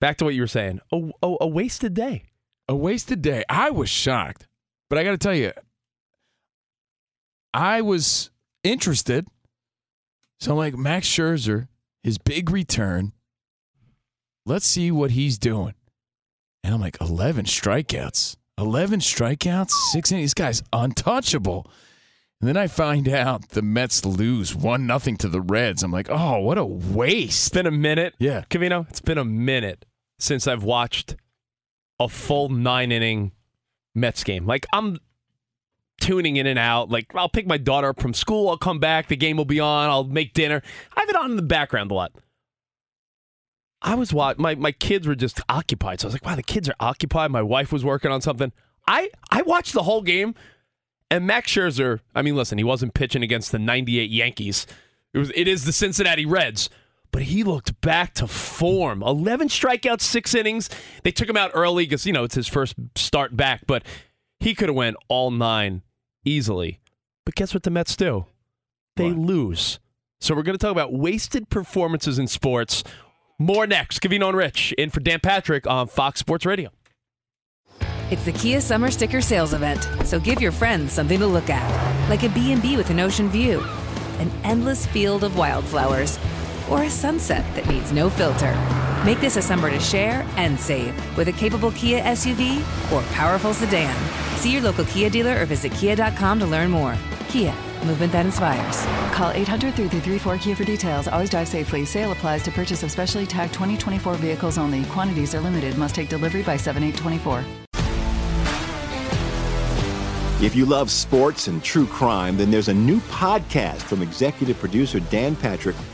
[SPEAKER 2] back to what you were saying. A, a, a wasted day.
[SPEAKER 3] A wasted day. I was shocked, but I got to tell you, I was interested. So I'm like, Max Scherzer, his big return. Let's see what he's doing. And I'm like, 11 strikeouts. 11 strikeouts, six innings. This guy's untouchable. And then I find out the Mets lose 1 nothing to the Reds. I'm like, oh, what a waste.
[SPEAKER 2] It's been a minute.
[SPEAKER 3] Yeah.
[SPEAKER 2] Cavino, it's been a minute since I've watched a full nine inning Mets game. Like, I'm tuning in and out. Like, I'll pick my daughter up from school. I'll come back. The game will be on. I'll make dinner. I have it on in the background a lot. I was watching. My, my kids were just occupied. So I was like, wow, the kids are occupied. My wife was working on something. I, I watched the whole game. And Max Scherzer, I mean, listen, he wasn't pitching against the 98 Yankees. It was it is the Cincinnati Reds, but he looked back to form. 11 strikeouts, 6 innings. They took him out early cuz you know, it's his first start back, but he could have went all 9 easily. But guess what the Mets do? They lose. So we're going to talk about wasted performances in sports. More next. Kavino and Rich in for Dan Patrick on Fox Sports Radio.
[SPEAKER 20] It's the Kia Summer Sticker Sales Event, so give your friends something to look at, like a B&B with an ocean view, an endless field of wildflowers, or a sunset that needs no filter. Make this a summer to share and save with a capable Kia SUV or powerful sedan. See your local Kia dealer or visit kia.com to learn more. Kia, movement that inspires.
[SPEAKER 21] Call 800 334 Kia for details. Always drive safely. Sale applies to purchase of specially tagged 2024 vehicles only. Quantities are limited. Must take delivery by 7824.
[SPEAKER 8] If you love sports and true crime, then there's a new podcast from executive producer Dan Patrick